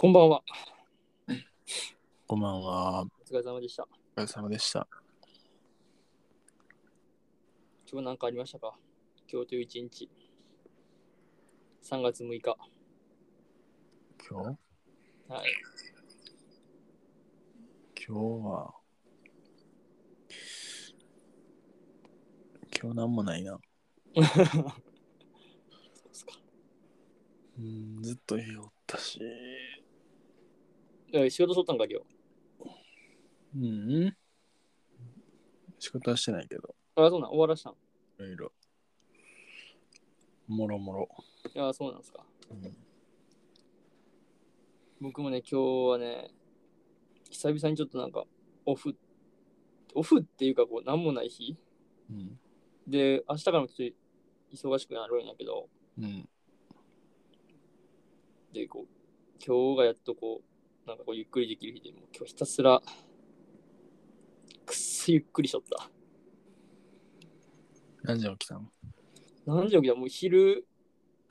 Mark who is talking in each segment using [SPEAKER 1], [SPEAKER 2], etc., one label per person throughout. [SPEAKER 1] こんばんは。
[SPEAKER 2] こんばんは。お
[SPEAKER 1] お疲れ様でした。
[SPEAKER 2] 疲れ様でした。
[SPEAKER 1] 今日何かありましたか今日という一日。3月6日。
[SPEAKER 2] 今
[SPEAKER 1] はい。
[SPEAKER 2] 日今日は。今日なんもないな。
[SPEAKER 1] そうですか。
[SPEAKER 2] うん、ずっと家おったし。
[SPEAKER 1] え仕事しとったんか今
[SPEAKER 2] うん。仕事はしてないけど、
[SPEAKER 1] 日。あ、そうなん、終わらしたん。
[SPEAKER 2] いろいろ。もろもろ。
[SPEAKER 1] いや、そうなんですか。
[SPEAKER 2] うん
[SPEAKER 1] 僕もね、今日はね、久々にちょっとなんか、オフ、オフっていうか、こう、なんもない日
[SPEAKER 2] うん。
[SPEAKER 1] で、明日からもちょっと忙しくなるんやけど、
[SPEAKER 2] うん。
[SPEAKER 1] で、こう、今日がやっとこう、なんかこう、ゆっくりできる日で、もう今日ひたすら、くっそゆっくりしとった。
[SPEAKER 2] 何時起きたの
[SPEAKER 1] 何時起きたもう昼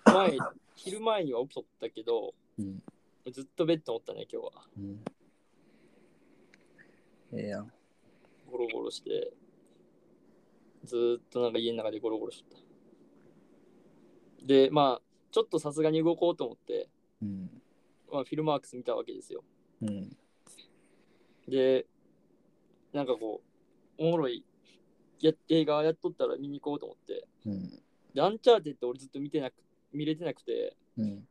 [SPEAKER 1] 前、 昼前には起きとったけど、
[SPEAKER 2] うん
[SPEAKER 1] ずっとベッドにおったね、今日は。
[SPEAKER 2] うん。ええやん。
[SPEAKER 1] ゴロゴロして、ずーっとなんか家の中でゴロゴロしとった。で、まあ、ちょっとさすがに動こうと思って、
[SPEAKER 2] うん。
[SPEAKER 1] まあ、フィルマークス見たわけですよ。
[SPEAKER 2] うん。
[SPEAKER 1] で、なんかこう、おもろいや映画やっとったら見に行こうと思って、
[SPEAKER 2] うん。
[SPEAKER 1] で、アンチャーテッド俺ずっと見てなく、見れてなくて、
[SPEAKER 2] うん。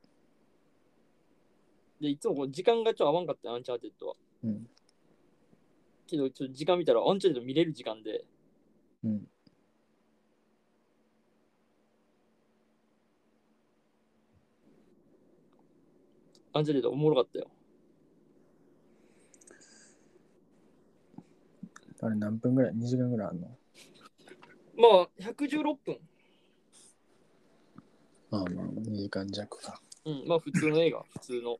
[SPEAKER 1] で、いつもこう時間がちょっと合わんかったよアンチャーテッドは。
[SPEAKER 2] うん。
[SPEAKER 1] けど、ちょっと時間見たら、アンチャーテッド見れる時間で、
[SPEAKER 2] うん。
[SPEAKER 1] アンチャーテッドおもろかったよ。
[SPEAKER 2] あれ何分ぐらい ?2 時間ぐらいあんの
[SPEAKER 1] まあ、116分。
[SPEAKER 2] ああまあ、2時間弱か。
[SPEAKER 1] うん、まあ、普通の映画、普通の。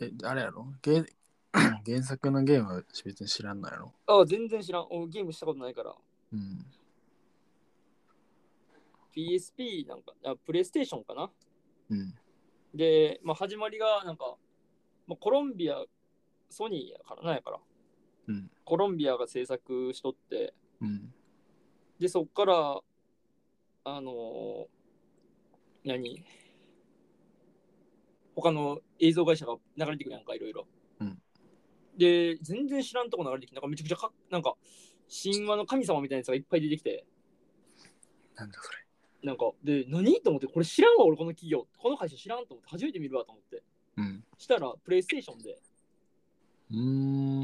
[SPEAKER 2] え、あれやろゲー 原作のゲームは別に知らんのやろ
[SPEAKER 1] ああ、全然知らん。おゲームしたことないから。
[SPEAKER 2] うん。
[SPEAKER 1] PSP なんか、あプレイステーションかな。
[SPEAKER 2] うん。
[SPEAKER 1] で、まあ、始まりが、なんか、まあ、コロンビア、ソニーやから、なんやから。
[SPEAKER 2] うん
[SPEAKER 1] コロンビアが制作しとって、
[SPEAKER 2] うん。
[SPEAKER 1] で、そっから、あのー何他の映像会社が流れてくるやんか、いろいろ。
[SPEAKER 2] うん
[SPEAKER 1] で、全然知らんとこ流れてきて、なんかめちゃくちゃか、なんか、神話の神様みたいなやつがいっぱい出てきて、
[SPEAKER 2] なんだそれ。
[SPEAKER 1] なんか、で、何と思って、これ知らんわ、俺この企業、この会社知らんと思って、初めて見るわと思って。
[SPEAKER 2] うん。
[SPEAKER 1] したら、プレイステーションで、
[SPEAKER 2] うー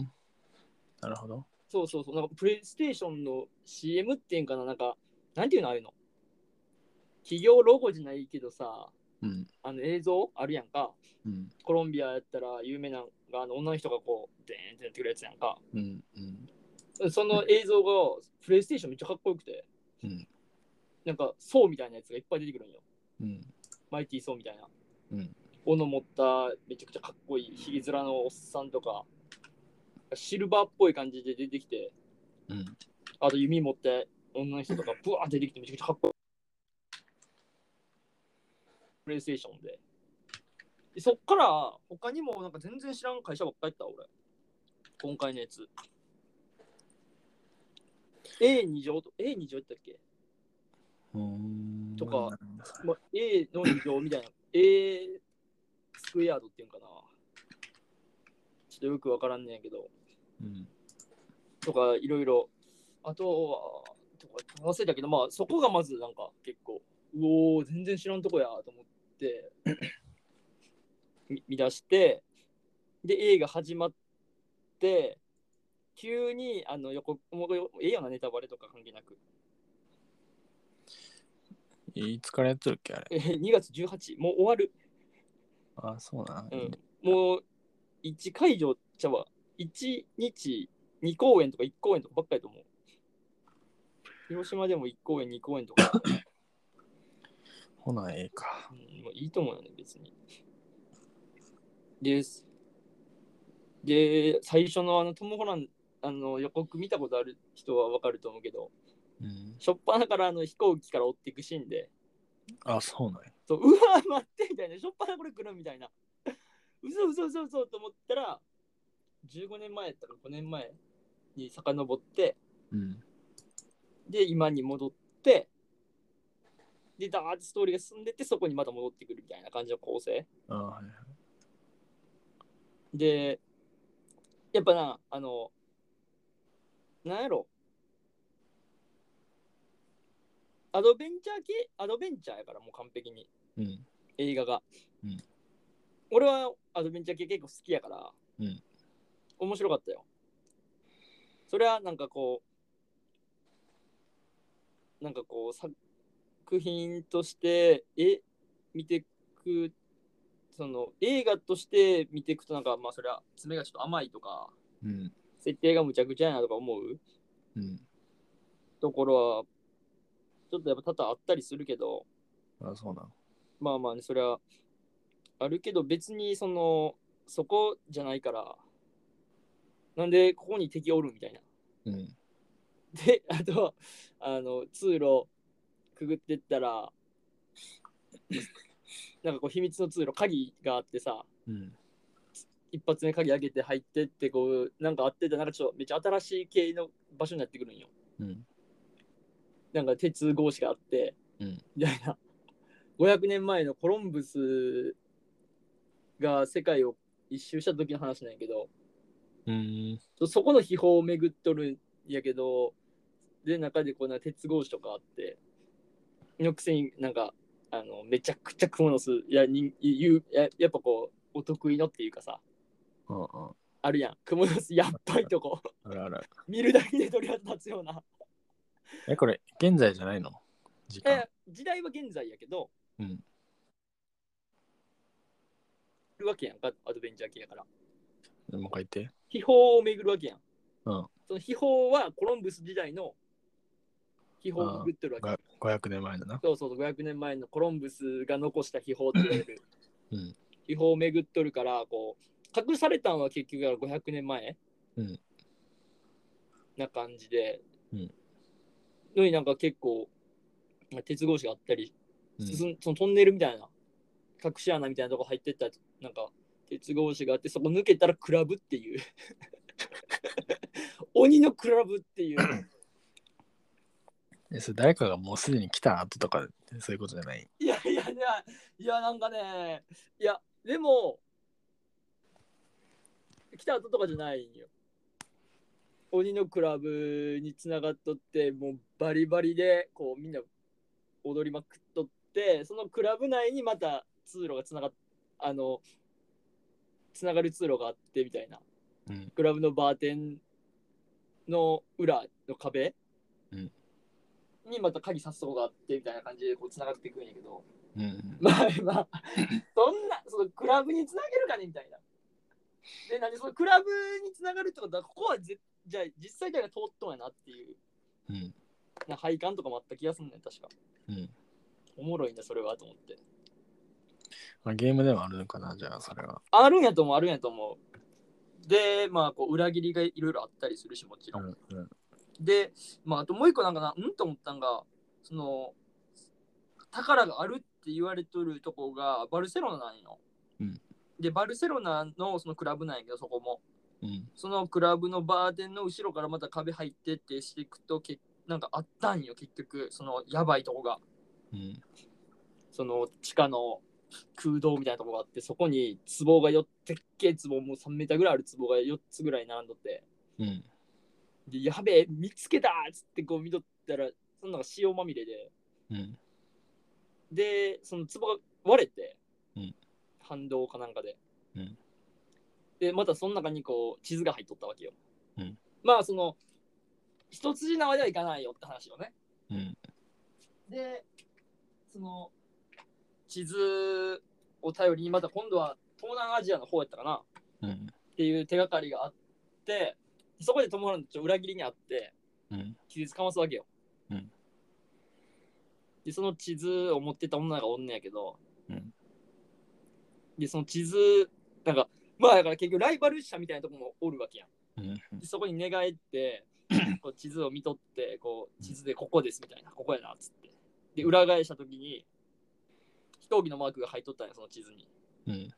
[SPEAKER 2] ん。なるほど。
[SPEAKER 1] そうそうそう、なんかプレイステーションの CM っていうんかな、なんか、なんていうの、あれの。企業ロゴじゃないけどさ、
[SPEAKER 2] うん。
[SPEAKER 1] あの映像あるやんか。
[SPEAKER 2] うん。
[SPEAKER 1] コロンビアやったら有名なのがあの女の人がこうでーんってなってくるやつやんか
[SPEAKER 2] うん。うん。
[SPEAKER 1] その映像がプレイステーションめっちゃかっこよくて、
[SPEAKER 2] うん
[SPEAKER 1] なんかそうみたいなやつがいっぱい出てくるんよ
[SPEAKER 2] うん。
[SPEAKER 1] マイティーソーみたいな、
[SPEAKER 2] うん
[SPEAKER 1] 斧持っためちゃくちゃかっこいいひげ面のおっさんとかシルバーっぽい感じで出てきて
[SPEAKER 2] うん。
[SPEAKER 1] あと弓持って女の人とかブワーって出てきてめちゃくちゃかっこいいプレイステーションででそっから他にもなんか全然知らん会社ばっかりやった俺今回のやつ A2 乗と A2 乗やったっけ、
[SPEAKER 2] うーん。
[SPEAKER 1] とか
[SPEAKER 2] なんだそれ
[SPEAKER 1] まあ、A の2乗みたいな A スクエアードっていうんかなちょっとよくわからんねんやけど
[SPEAKER 2] うん。
[SPEAKER 1] とかいろいろあとはとか忘れたけどまあそこがまずなんか結構うおー全然知らんとこやと思ってみ見出してで映画始まって急にあの予告もうええよなネタバレとか関係なく
[SPEAKER 2] えいつからやってるっけあれ。
[SPEAKER 1] え2月18もう終わる、
[SPEAKER 2] あ、そうな。
[SPEAKER 1] うん、もう1会場ちゃうわ1日2公演とか1公演とかばっかりと思う広島でも1公演2公演とか
[SPEAKER 2] ほな、ええか。
[SPEAKER 1] うん、まあいいと思うよね、別に。です。で、最初のあのトム・ホランあの予告見たことある人はわかると思うけど、
[SPEAKER 2] うん。
[SPEAKER 1] しょっぱなからあの飛行機から追っていくシーンで、
[SPEAKER 2] あ、そうなんや。
[SPEAKER 1] そううわ待ってみたいなしょっぱなこれ来るみたいな嘘嘘嘘嘘と思ったら15年前やったか5年前に遡って
[SPEAKER 2] うん。
[SPEAKER 1] で今に戻ってでダーッてストーリーが進んでってそこにまた戻ってくるみたいな感じの構成
[SPEAKER 2] ああ、はいはい。
[SPEAKER 1] でやっぱなあのなんやろアドベンチャー系アドベンチャーやからもう完璧に
[SPEAKER 2] うん。
[SPEAKER 1] 映画が、
[SPEAKER 2] うん
[SPEAKER 1] 俺はアドベンチャー系結構好きやから、
[SPEAKER 2] うん
[SPEAKER 1] 面白かったよそれはなんかこうなんかこう作品としてえ見てくその映画として見ていくとなんかまあそれは爪がちょっと甘いとか
[SPEAKER 2] うん。
[SPEAKER 1] 設定がむちゃくちゃやなとか思う
[SPEAKER 2] うん。
[SPEAKER 1] ところはちょっとやっぱ多々あったりするけど、
[SPEAKER 2] ああ、そうなの。
[SPEAKER 1] まあまあね、それはあるけど、別にその、そこじゃないから、なんでここに敵おるみたいな。
[SPEAKER 2] うん。
[SPEAKER 1] で、あとは、あの、通路くぐってったら、なんかこう、秘密の通路、鍵があってさ、
[SPEAKER 2] うん。
[SPEAKER 1] 一発目鍵開けて入ってって、こう、なんかあってた、なんかちょっとめっちゃ新しい系の場所になってくるんよ。
[SPEAKER 2] うん。
[SPEAKER 1] なんか鉄格子があって、
[SPEAKER 2] うん
[SPEAKER 1] みたいな500年前のコロンブスが世界を一周した時の話なんやけど
[SPEAKER 2] うん。
[SPEAKER 1] そそこの秘宝を巡っとるんやけどで中でこんな鉄格子とかあってのくせになんかあのめちゃくちゃ蜘蛛の巣いやにゆややっぱこうお得意のっていうかさ
[SPEAKER 2] ああ、あ
[SPEAKER 1] あるやん蜘蛛の巣やっぱりとこ
[SPEAKER 2] あらあら。
[SPEAKER 1] 見るだけで鳥肌立つような
[SPEAKER 2] え、これ、現在じゃないの時間。
[SPEAKER 1] え時代は現在やけど、
[SPEAKER 2] うん
[SPEAKER 1] いるわけやんかアドベンチャー系やから
[SPEAKER 2] もう一回言って。
[SPEAKER 1] 秘宝を巡るわけやん、
[SPEAKER 2] うん
[SPEAKER 1] その秘宝はコロンブス時代の秘宝を巡ってるわけ
[SPEAKER 2] が500年前だな。
[SPEAKER 1] そうそうそう500年前のコロンブスが残した秘宝って言われる、
[SPEAKER 2] うん
[SPEAKER 1] 秘宝を巡っとるからこう隠されたんは結局は500年前、
[SPEAKER 2] うん
[SPEAKER 1] な感じで、
[SPEAKER 2] うん
[SPEAKER 1] のになんか結構鉄格子があったり
[SPEAKER 2] うん。
[SPEAKER 1] そそのトンネルみたいな隠し穴みたいなとこ入ってったらなんか鉄格子があってそこ抜けたらクラブって いう鬼のクラブっていう
[SPEAKER 2] え、それ誰かがもうすでに来た後とか、そういうことじゃない。
[SPEAKER 1] いやいやいやいやなんかねいやでも来た後とかじゃないんよ鬼のクラブにつながっとってもうバリバリでこうみんな踊りまくっとってそのクラブ内にまた通路がつながっあのつながる通路があってみたいな
[SPEAKER 2] うん。
[SPEAKER 1] クラブのバーテンの裏の壁、
[SPEAKER 2] うん
[SPEAKER 1] にまた鍵刺すとこがあってみたいな感じでこうつながっていくんやけど
[SPEAKER 2] う ん。
[SPEAKER 1] まあまあそんなそのクラブにつなげるかねみたいな。で何そのクラブにつながるってことはここはぜじゃあ実際誰が通っとんやなっていう
[SPEAKER 2] うん。
[SPEAKER 1] な配管とかもあった気がするねん確か。
[SPEAKER 2] うん。
[SPEAKER 1] おもろいなそれはと思って。
[SPEAKER 2] まあ、ゲームでもあるのかな、じゃあ、それは。
[SPEAKER 1] あるんやと思うあるんやと思う。でまあこう裏切りがいろいろあったりするしもちろん。
[SPEAKER 2] ん。うん。
[SPEAKER 1] で、まあ、あともう一個なんかな、うんと思ったんが、その、宝があるって言われとるとこがバルセロナなんよ。
[SPEAKER 2] うん
[SPEAKER 1] で、バルセロナのそのクラブなんやけど、そこも。
[SPEAKER 2] うん。
[SPEAKER 1] そのクラブのバーテンの後ろからまた壁入ってってしていくと、けなんかあったんよ、結局、そのやばいとこが。
[SPEAKER 2] うん。
[SPEAKER 1] その地下の空洞みたいなとこがあって、そこに壺が4つ、でっけえ壺、もう3メーターぐらいある壺が4つぐらい並んどって。
[SPEAKER 2] うん。
[SPEAKER 1] で、やべえ、見つけたっつってこう見とったら、そんなんか塩まみれで、
[SPEAKER 2] うん。
[SPEAKER 1] で、その壺が割れて、
[SPEAKER 2] うん
[SPEAKER 1] 反動かなんかで、
[SPEAKER 2] うん
[SPEAKER 1] で、またその中にこう、地図が入っとったわけよ。
[SPEAKER 2] うん
[SPEAKER 1] まあ、その、一筋縄ではいかないよって話よね。
[SPEAKER 2] うん。
[SPEAKER 1] で、その、地図を頼りに、また今度は東南アジアの方やったかなっ
[SPEAKER 2] うん。
[SPEAKER 1] ていう手がかりがあって、そこでトム・ホランドちょっと裏切りにあって、
[SPEAKER 2] うん。
[SPEAKER 1] 地図かますわけよ。
[SPEAKER 2] うん
[SPEAKER 1] で、その地図を持ってた女がおんねやけど、
[SPEAKER 2] うん
[SPEAKER 1] で、その地図、なんか、まあだから結局ライバル社みたいなとこもおるわけやん。
[SPEAKER 2] うん。
[SPEAKER 1] でそこに寝返 って、こう地図を見とって、こう地図でここですみたいな、ここやなっつって。で、裏返したときに、飛行機のマークが入っとったんや、その地図に。
[SPEAKER 2] うん。
[SPEAKER 1] い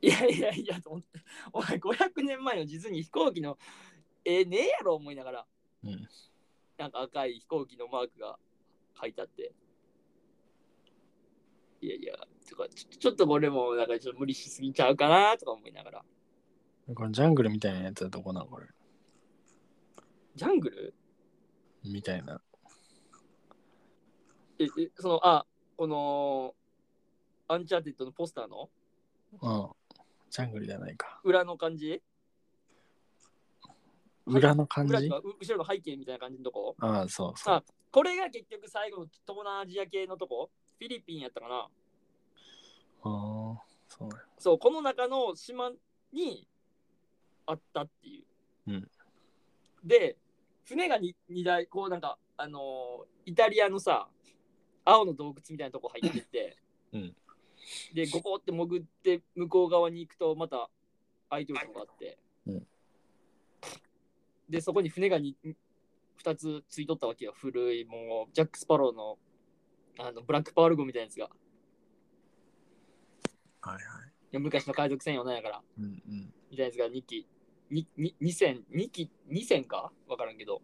[SPEAKER 1] やいやいやと思って、お前500年前の地図に飛行機のえねえやろ思いながら、
[SPEAKER 2] うん
[SPEAKER 1] なんか赤い飛行機のマークが書いてあって。いやいや、とかちょちょっとこれもなんかちょっと無理しすぎちゃうかなとか思いながら。
[SPEAKER 2] このジャングルみたいなやつはどこなのこれ。
[SPEAKER 1] ジャングル
[SPEAKER 2] みたいな。
[SPEAKER 1] え、えその、あ、この、アンチャーテッドのポスターの
[SPEAKER 2] うん。ジャングルじゃないか。
[SPEAKER 1] 裏の感じ
[SPEAKER 2] 裏の感
[SPEAKER 1] 裏と
[SPEAKER 2] じ
[SPEAKER 1] かう後ろの背景みたいな感じのとこ
[SPEAKER 2] ああ、そうそう。
[SPEAKER 1] これが結局最後の東南アジア系のとこフィリピンやったかな
[SPEAKER 2] ああ、そうね。
[SPEAKER 1] そう、この中の島にあったっていう。
[SPEAKER 2] うん
[SPEAKER 1] で、船が 2, 台、こうなんか、あのーイタリアのさ、青の洞窟みたいなとこ入ってって、
[SPEAKER 2] うん
[SPEAKER 1] で、ゴコって潜って向こう側に行くと、また空いてるとこがあって、
[SPEAKER 2] うん
[SPEAKER 1] で、そこに船が 2, 2つついとったわけよ。古い、もう、ジャック・スパローの、あの、ブラック・パール号みたいなやつが。
[SPEAKER 2] はいはい。
[SPEAKER 1] 昔の海賊船よなんやから。
[SPEAKER 2] うんうん。
[SPEAKER 1] みたいなやつが2機、にに2000、2機、2000か分からんけど、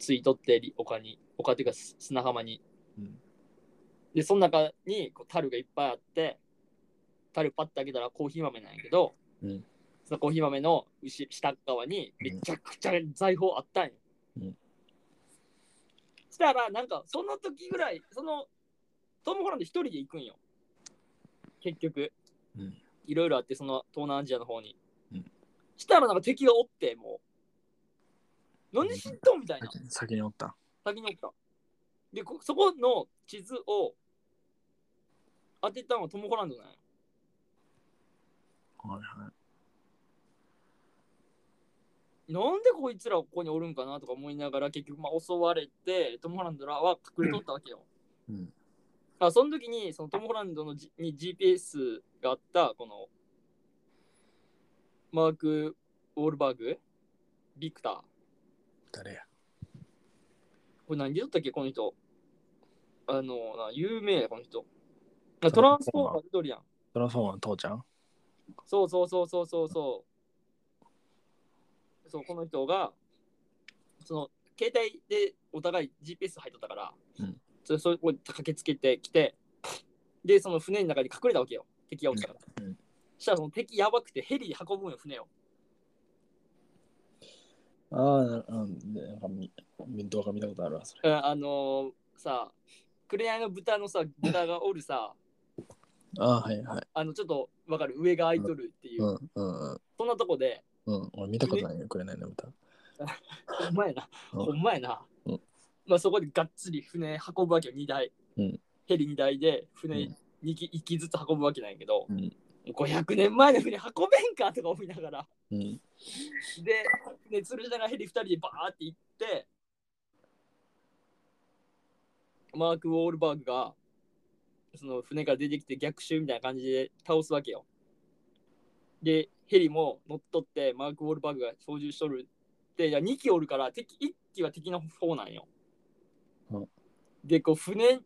[SPEAKER 1] ついとってり丘に、丘っていうかす砂浜に。
[SPEAKER 2] うん
[SPEAKER 1] で、その中にこう樽がいっぱいあって、樽パッて開けたらコーヒー豆なんやけど、
[SPEAKER 2] うん
[SPEAKER 1] そのコーヒー豆の後下っ側にめちゃくちゃ財宝あったんよ。
[SPEAKER 2] うん
[SPEAKER 1] したら、なんかその時ぐらい、そのトム・ホランド一人で行くんよ。結局。
[SPEAKER 2] うん。
[SPEAKER 1] いろいろあって、その東南アジアの方に。
[SPEAKER 2] うん
[SPEAKER 1] したらなんか敵がおって、もう。何しんとんみたいな。
[SPEAKER 2] 先先におった。
[SPEAKER 1] 先におった。で、こそこの地図を当てたのはトム・ホランドなんよ
[SPEAKER 2] はいはい。
[SPEAKER 1] なんでこいつらここにおるんかなとか思いながら結局まあ襲われてトム・ホランドらは隠れとったわけよ。
[SPEAKER 2] うん
[SPEAKER 1] あその時にそのトム・ホランドのじに GPS があったこのマーク・ウォールバーグビクター
[SPEAKER 2] 誰や
[SPEAKER 1] これ何で言ったっけこの人あのな有名やこの人あトランスフォーマー出とるやん
[SPEAKER 2] トランスフォーマーの父ちゃん
[SPEAKER 1] そうそうそうそうそうそう。そう、この人が、その、携帯でお互い GPS 入っとったから、
[SPEAKER 2] うん
[SPEAKER 1] それそれを駆けつけてきて、で、その船の中に隠れたわけよ。敵がおったから。
[SPEAKER 2] うんうん
[SPEAKER 1] したらその敵やばくてヘリで運ぶんよ、船を。
[SPEAKER 2] ああ、うん。でなんかみ動画見たことあるわ、それ。
[SPEAKER 1] ああのーさ、紅の豚のさ、豚がおるさ、
[SPEAKER 2] ああ、はいはい。
[SPEAKER 1] あの、ちょっとわかる、上が開いとるっていう、
[SPEAKER 2] うんうんうん。
[SPEAKER 1] そんなとこで、
[SPEAKER 2] うん、俺見たことないよ、くれないの歌。
[SPEAKER 1] ほんまやな。
[SPEAKER 2] うん
[SPEAKER 1] ほんまやな。
[SPEAKER 2] うん
[SPEAKER 1] まあそこでがっつり船運ぶわけよ、2台。
[SPEAKER 2] うん
[SPEAKER 1] ヘリ2台で船
[SPEAKER 2] うん
[SPEAKER 1] 2機 ,1 機ずつ運ぶわけなんやけど、
[SPEAKER 2] うん
[SPEAKER 1] 500年前の船運べんかとか思いながら。
[SPEAKER 2] うん。
[SPEAKER 1] で、船吊るしながらヘリ2人でバーって行って、マーク・ウォールバーグが、その船から出てきて逆襲みたいな感じで倒すわけよ。で、ヘリも乗っ取って、マーク・ウォールバーグが操縦しとるって、いや、2機おるから、敵、1機は敵の方なんよ。
[SPEAKER 2] うん
[SPEAKER 1] で、こう、船、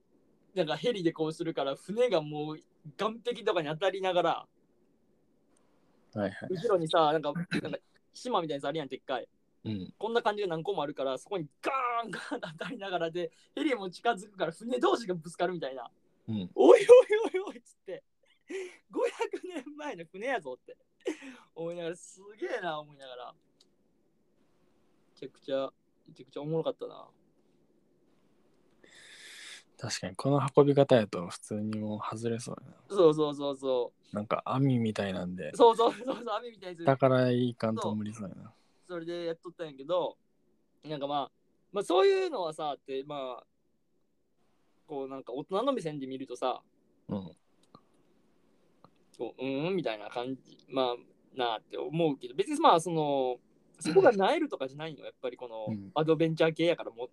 [SPEAKER 1] なんかヘリでこうするから、船がもう、岸壁とかに当たりながら、
[SPEAKER 2] はいはい。
[SPEAKER 1] 後ろにさ、なんか、なんか島みたいなやつあるやん、でっかい。
[SPEAKER 2] うん。
[SPEAKER 1] こんな感じで何個もあるから、そこにガーンガーンと当たりながらで、ヘリも近づくから船同士がぶつかるみたいな。
[SPEAKER 2] うん。
[SPEAKER 1] おいおいおいおいっつって、500年前の船やぞって思いながら、すげえな思いながら。めちゃくちゃ、めちゃくちゃおもろかったな。
[SPEAKER 2] 確かに、この運び方やと普通にもう外れそうやな。
[SPEAKER 1] そうそうそうそ
[SPEAKER 2] なんか網みたいなんで
[SPEAKER 1] う。、そうそうそうそう、網みたいなや
[SPEAKER 2] だ
[SPEAKER 1] つ、
[SPEAKER 2] からいかんと無理そうやな。
[SPEAKER 1] それでやっとったんやけど、なんかまあ、まあそういうのはさ、ってまあ、こうなんか大人の目線で見るとさ、
[SPEAKER 2] うん。
[SPEAKER 1] こううーんみたいな感じまあなあって思うけど別にまあそのそこがなえるとかじゃないのやっぱりこの
[SPEAKER 2] うん
[SPEAKER 1] アドベンチャー系やからもう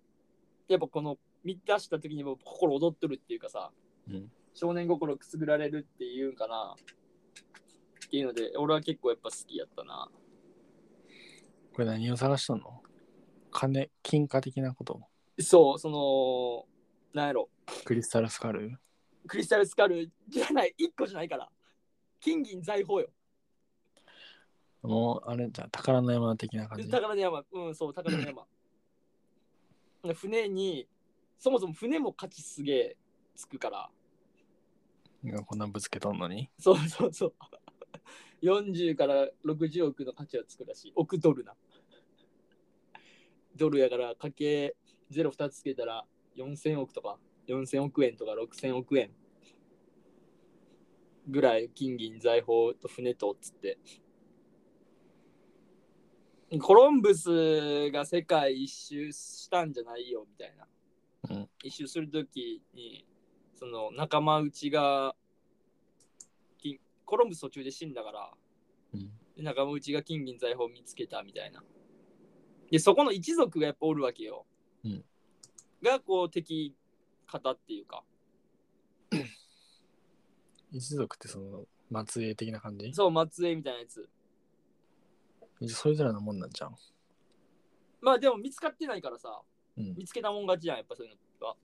[SPEAKER 1] やっぱこの見出した時にもう心躍っとるっていうかさ
[SPEAKER 2] うん。
[SPEAKER 1] 少年心くすぐられるっていうんかなっていうので俺は結構やっぱ好きやったな
[SPEAKER 2] これ何を探しとんの金、金貨的なこと
[SPEAKER 1] そうそのなんやろ
[SPEAKER 2] クリスタルスカル
[SPEAKER 1] クリスタルスカルじゃない、1個じゃないから。金銀財宝よ。
[SPEAKER 2] もう、あれじゃん、宝の山的な感じ。
[SPEAKER 1] 宝の山、うん、そう、宝の 山。で船に、そもそも船も価値すげえつくから。
[SPEAKER 2] 今こんなぶつけとんのに。
[SPEAKER 1] そうそうそう。40から60億の価値はつくらしい。億ドルな。ドルやから、かけ02つけたら4000億とか、4000億円とか6000億円ぐらい金銀財宝と船とっつって。コロンブスが世界一周したんじゃないよみたいな。
[SPEAKER 2] うん
[SPEAKER 1] 一周するときに、その仲間内が金コロンブス途中で死んだから、
[SPEAKER 2] うん
[SPEAKER 1] で仲間内が金銀財宝を見つけたみたいなでそこの一族がやっぱおるわけよ、
[SPEAKER 2] うん
[SPEAKER 1] がこう敵方っていうか
[SPEAKER 2] 一族ってその、末裔的な感じ
[SPEAKER 1] そう末裔みたいなやつ
[SPEAKER 2] それぞれのもんなんじゃん。
[SPEAKER 1] まあでも見つかってないからさ
[SPEAKER 2] うん。
[SPEAKER 1] 見つけたもん勝ちじゃんやっぱそういうのは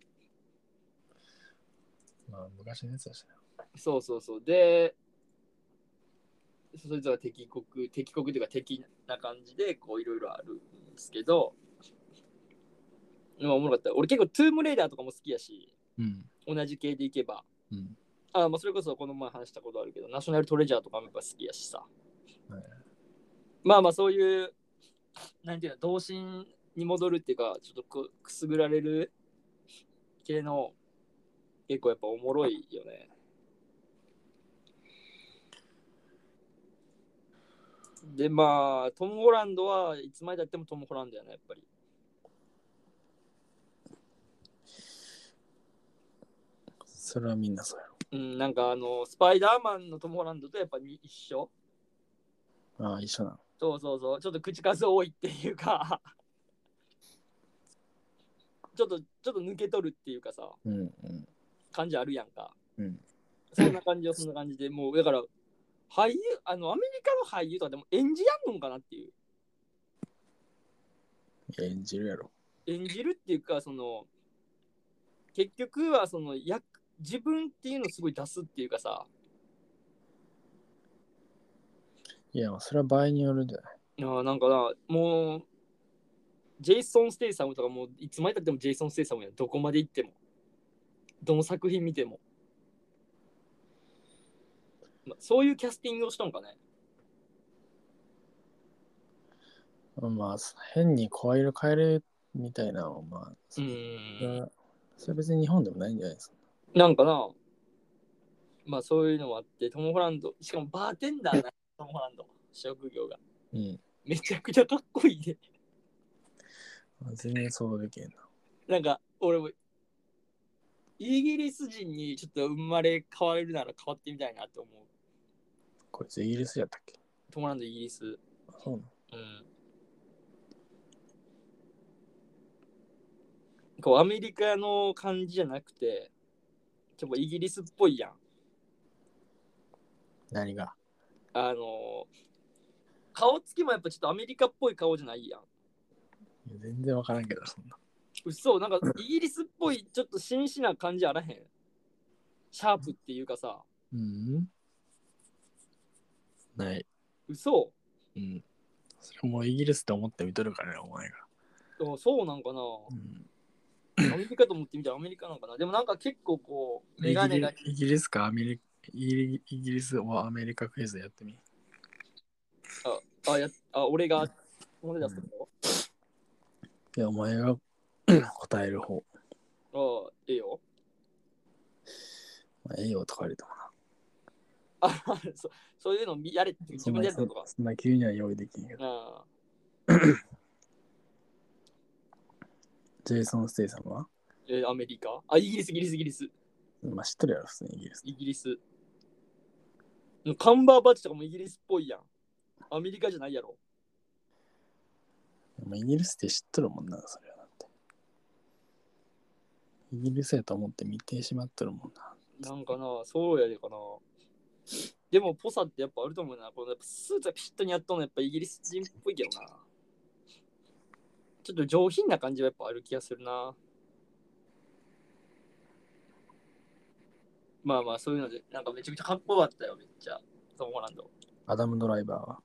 [SPEAKER 2] まあ、昔のやつだしな。
[SPEAKER 1] そうそうそうでそれぞれ敵国敵国というか敵な感じでこういろいろあるんですけどでもおもろかった俺結構トゥームレイダーとかも好きやし
[SPEAKER 2] うん。
[SPEAKER 1] 同じ系でいけば
[SPEAKER 2] うん。
[SPEAKER 1] あまあ、それこそこの前話したことあるけど、ナショナルトレジャーとかもやっぱ好きやしさ。
[SPEAKER 2] はい
[SPEAKER 1] まあまあ、そういう、なんていうの、童心に戻るっていうか、ちょっとくくすぐられる系の、結構やっぱおもろいよね。で、まあ、トム・ホランドはいつまでたってもトム・ホランドやな、やっぱり。
[SPEAKER 2] それはみんなそうや
[SPEAKER 1] うん、なんかあの、スパイダーマンのトム・ホランドとやっぱり一緒
[SPEAKER 2] ろ。ああ、一緒なの。
[SPEAKER 1] そうそうそう、ちょっと口数多いっていうか、 ちょっと、ちょっと抜け取るっていうかさ、
[SPEAKER 2] うんうん。
[SPEAKER 1] 感じあるやんか。
[SPEAKER 2] うん
[SPEAKER 1] そんな感じはそんな感じで、もう、だから、俳優、あの、アメリカの俳優とかでも演じやんのんかなっていう。
[SPEAKER 2] いや演じるやろ。
[SPEAKER 1] 演じるっていうか、その、結局は、その、役、自分っていうのをすごい出すっていうかさ、
[SPEAKER 2] いや、まあそれは場合によるんじゃない
[SPEAKER 1] いやーなんかな、もう、ジェイソン・ステイサムとかもういつまでたってもジェイソン・ステイサムやんどこまで行っても。どの作品見ても。まそういうキャスティングをしたんかね。
[SPEAKER 2] まあ、変に声色変えるみたいなのは、まあ、そ
[SPEAKER 1] うん。
[SPEAKER 2] それは別に日本でもないんじゃないですか。
[SPEAKER 1] なんかな、まあそういうのもあって、トム・ホランド、しかもバーテンダーな、トム・ホランド、職業が。
[SPEAKER 2] うん。
[SPEAKER 1] めちゃくちゃかっこいいね。
[SPEAKER 2] まあ全然想像できへんな。
[SPEAKER 1] なんか、俺も、イギリス人にちょっと生まれ変われるなら変わってみたいなと思う。
[SPEAKER 2] こいつイギリスやったっけ
[SPEAKER 1] トム・ホランド、イギリス。
[SPEAKER 2] あそうなの
[SPEAKER 1] うんこうアメリカの感じじゃなくて、ちょっとイギリスっぽいやん。
[SPEAKER 2] 何が
[SPEAKER 1] あのー顔つきもやっぱちょっとアメリカっぽい顔じゃないやん。
[SPEAKER 2] いや全然わからんけど、そんな。
[SPEAKER 1] 嘘なんかイギリスっぽいちょっと紳士な感じあらへん。シャープっていうかさ、
[SPEAKER 2] うん。ない。
[SPEAKER 1] 嘘
[SPEAKER 2] うん。それもうイギリスって思って見とるからね、お前が。
[SPEAKER 1] あそうなんかな
[SPEAKER 2] うん。
[SPEAKER 1] アメリカと思ってみたらアメリカなんかなでもなんか結構こう、メ
[SPEAKER 2] イ
[SPEAKER 1] ガ
[SPEAKER 2] ギ
[SPEAKER 1] ネ
[SPEAKER 2] リ
[SPEAKER 1] が
[SPEAKER 2] イギリスかアメリイギリイギリスはアメリカクイズやってみ。
[SPEAKER 1] あ、やあ俺が思い出すとこ
[SPEAKER 2] いや、お前が 答える方。
[SPEAKER 1] ああ、ええよ。
[SPEAKER 2] まあ、ええよとか言われても
[SPEAKER 1] あ そそういうの見やれって自
[SPEAKER 2] そん
[SPEAKER 1] 分でや
[SPEAKER 2] な
[SPEAKER 1] ったとか。
[SPEAKER 2] そんな急には用意できんけど。
[SPEAKER 1] あ
[SPEAKER 2] ジェイソン・ステイさんは
[SPEAKER 1] えーアメリカあ、イギリス、イギリス、イギリス、
[SPEAKER 2] まあ、知っとるやろ、普通にイギリス。
[SPEAKER 1] イギリス。カンバーバッチとかもイギリスっぽいやん。アメリカじゃないやろ。
[SPEAKER 2] でもイギリスって知っとるもんな、それはだって。イギリスやと思って見てしまっとるもんな。
[SPEAKER 1] なんかな、そうやでかな。でも、ポサってやっぱあると思うな。このやっぱスーツがピシッと似合っとんのやっぱイギリス人っぽいけどな。ちょっと上品な感じはやっぱある気がするな。まあまあ、そういうので、なんかめちゃくちゃかっこよかったよ、めっちゃ。トム・ホランド。
[SPEAKER 2] アダム・ドライバーは。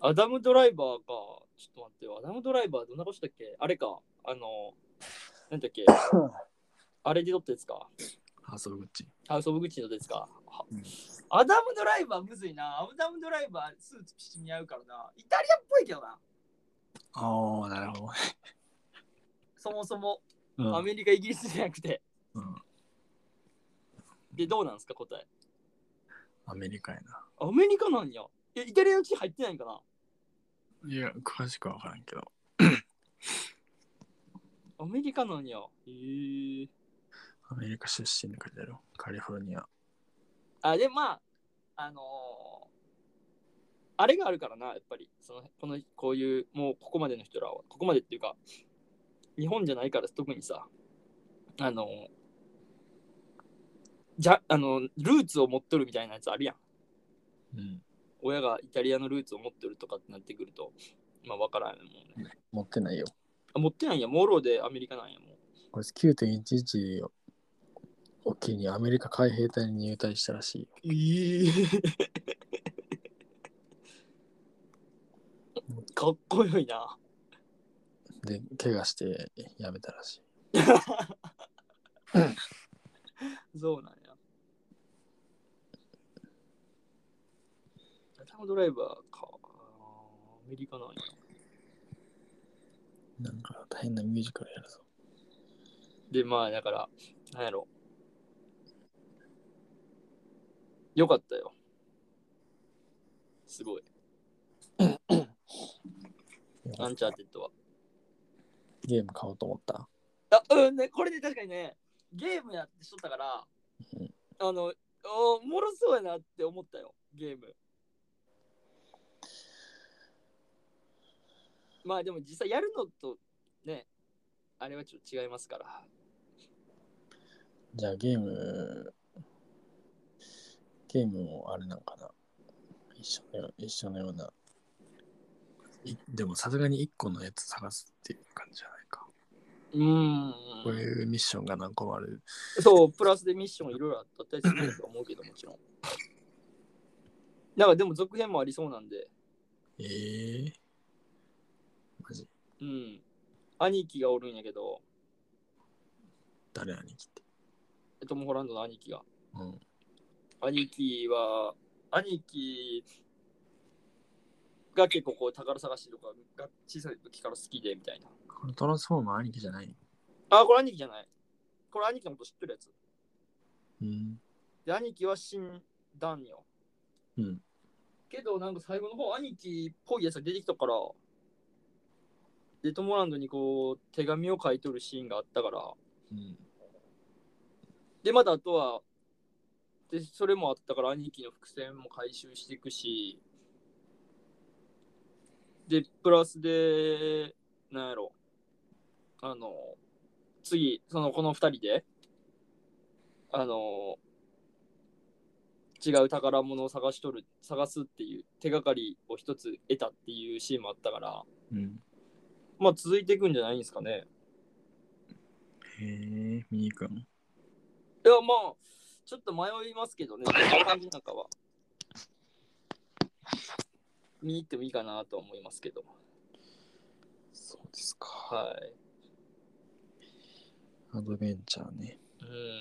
[SPEAKER 1] アダム・ドライバーか。ちょっと待ってよ。アダム・ドライバーどんなことしたっけあれか。あの、なんだっけ。あれで撮ったやつか。
[SPEAKER 2] ハーソルグッチ。
[SPEAKER 1] ハウス・オブ・グッチの撮ったやつか。は
[SPEAKER 2] うん
[SPEAKER 1] アダム・ドライバーむずいな。アダム・ドライバースーツピシに合うからな。イタリアっぽいけどな。
[SPEAKER 2] ああ、なるほ
[SPEAKER 1] そもそも
[SPEAKER 2] ど。うん
[SPEAKER 1] アメリカ、イギリスじゃなくて。
[SPEAKER 2] うん
[SPEAKER 1] で、どうなんですか、答え。
[SPEAKER 2] アメリカやな。
[SPEAKER 1] アメリカなんや。いや、イタリアの地入ってないんかな。
[SPEAKER 2] いや、詳しくは分からんけど。
[SPEAKER 1] アメリカなんや。へえ
[SPEAKER 2] アメリカ出身って書いてある。カリフォルニア。
[SPEAKER 1] あ、でもまあ、あのーあれがあるからな、やっぱり、その、この、こういう、もうここまでの人らは、ここまでっていうか、日本じゃないから、特にさ、あのーじゃ、あの、ルーツを持っとるみたいなやつあるやん。
[SPEAKER 2] うん。
[SPEAKER 1] 親がイタリアのルーツを持っとるとかってなってくると、まあ、わからんもんね。
[SPEAKER 2] 持ってないよ。
[SPEAKER 1] あ、持ってないんや、モーローでアメリカなんや、もう。
[SPEAKER 2] これ9.11を機にアメリカ海兵隊に入隊したらし
[SPEAKER 1] え
[SPEAKER 2] いよ。
[SPEAKER 1] え かっこよいな。
[SPEAKER 2] で、怪我して辞めたらしい。
[SPEAKER 1] そうなんや。タムドライバーか。アメリカなんや。
[SPEAKER 2] なんか大変なミュージカルやるぞ。
[SPEAKER 1] で、まあ、だから、なんやろ。よかったよ。すごい。アンチャーテッドは。
[SPEAKER 2] ゲーム買おうと思った。
[SPEAKER 1] あうんね、これね、確かにね、ゲームやってしとったから、
[SPEAKER 2] うん
[SPEAKER 1] あの、おおもろそうやなって思ったよ、ゲーム。まあでも実際やるのとね、あれはちょっと違いますから。
[SPEAKER 2] じゃあゲーム、ゲームもあれなんかな。一緒のよ一緒のような。いでもさすがに1個のやつ探すっていう感じじゃないか。
[SPEAKER 1] うーん。
[SPEAKER 2] こういうミッションが何個もある。
[SPEAKER 1] そう、プラスでミッションいろいろあったりすると思うけど、もちろん。なんかでも続編もありそうなんで、
[SPEAKER 2] ええマジ
[SPEAKER 1] うん。兄貴がおるんやけど、
[SPEAKER 2] 誰兄貴って。
[SPEAKER 1] トム・ホランドの兄貴が。
[SPEAKER 2] うん。
[SPEAKER 1] 兄貴は、兄貴が結構こう宝探しとかが小さい時から好きでみたいな。
[SPEAKER 2] このトランスフォーマー兄貴じゃないの
[SPEAKER 1] あ、これ兄貴じゃない。これ兄貴のこと知ってるやつ。
[SPEAKER 2] うん。
[SPEAKER 1] で、兄貴は死んだんよ。
[SPEAKER 2] うん。
[SPEAKER 1] けど、なんか最後の方、兄貴っぽいやつが出てきたから、で、トモランドにこう手紙を書いとるシーンがあったから、
[SPEAKER 2] うん。
[SPEAKER 1] で、まだあとは、で、それもあったから、兄貴の伏線も回収していくし、で、プラスで、なんやろ、あの、次、その、この二人で、あの、違う宝物を探しとる、探すっていう手がかりを一つ得たっていうシーンもあったから、
[SPEAKER 2] うん。
[SPEAKER 1] まあ続いていくんじゃないんですかね。
[SPEAKER 2] へえ、見に行くん。
[SPEAKER 1] いや、まあ、ちょっと迷いますけどね、この感じなんかは。見に行ってもいいかなと思いますけど。
[SPEAKER 2] そうですか。
[SPEAKER 1] はい。
[SPEAKER 2] アドベンチャーね。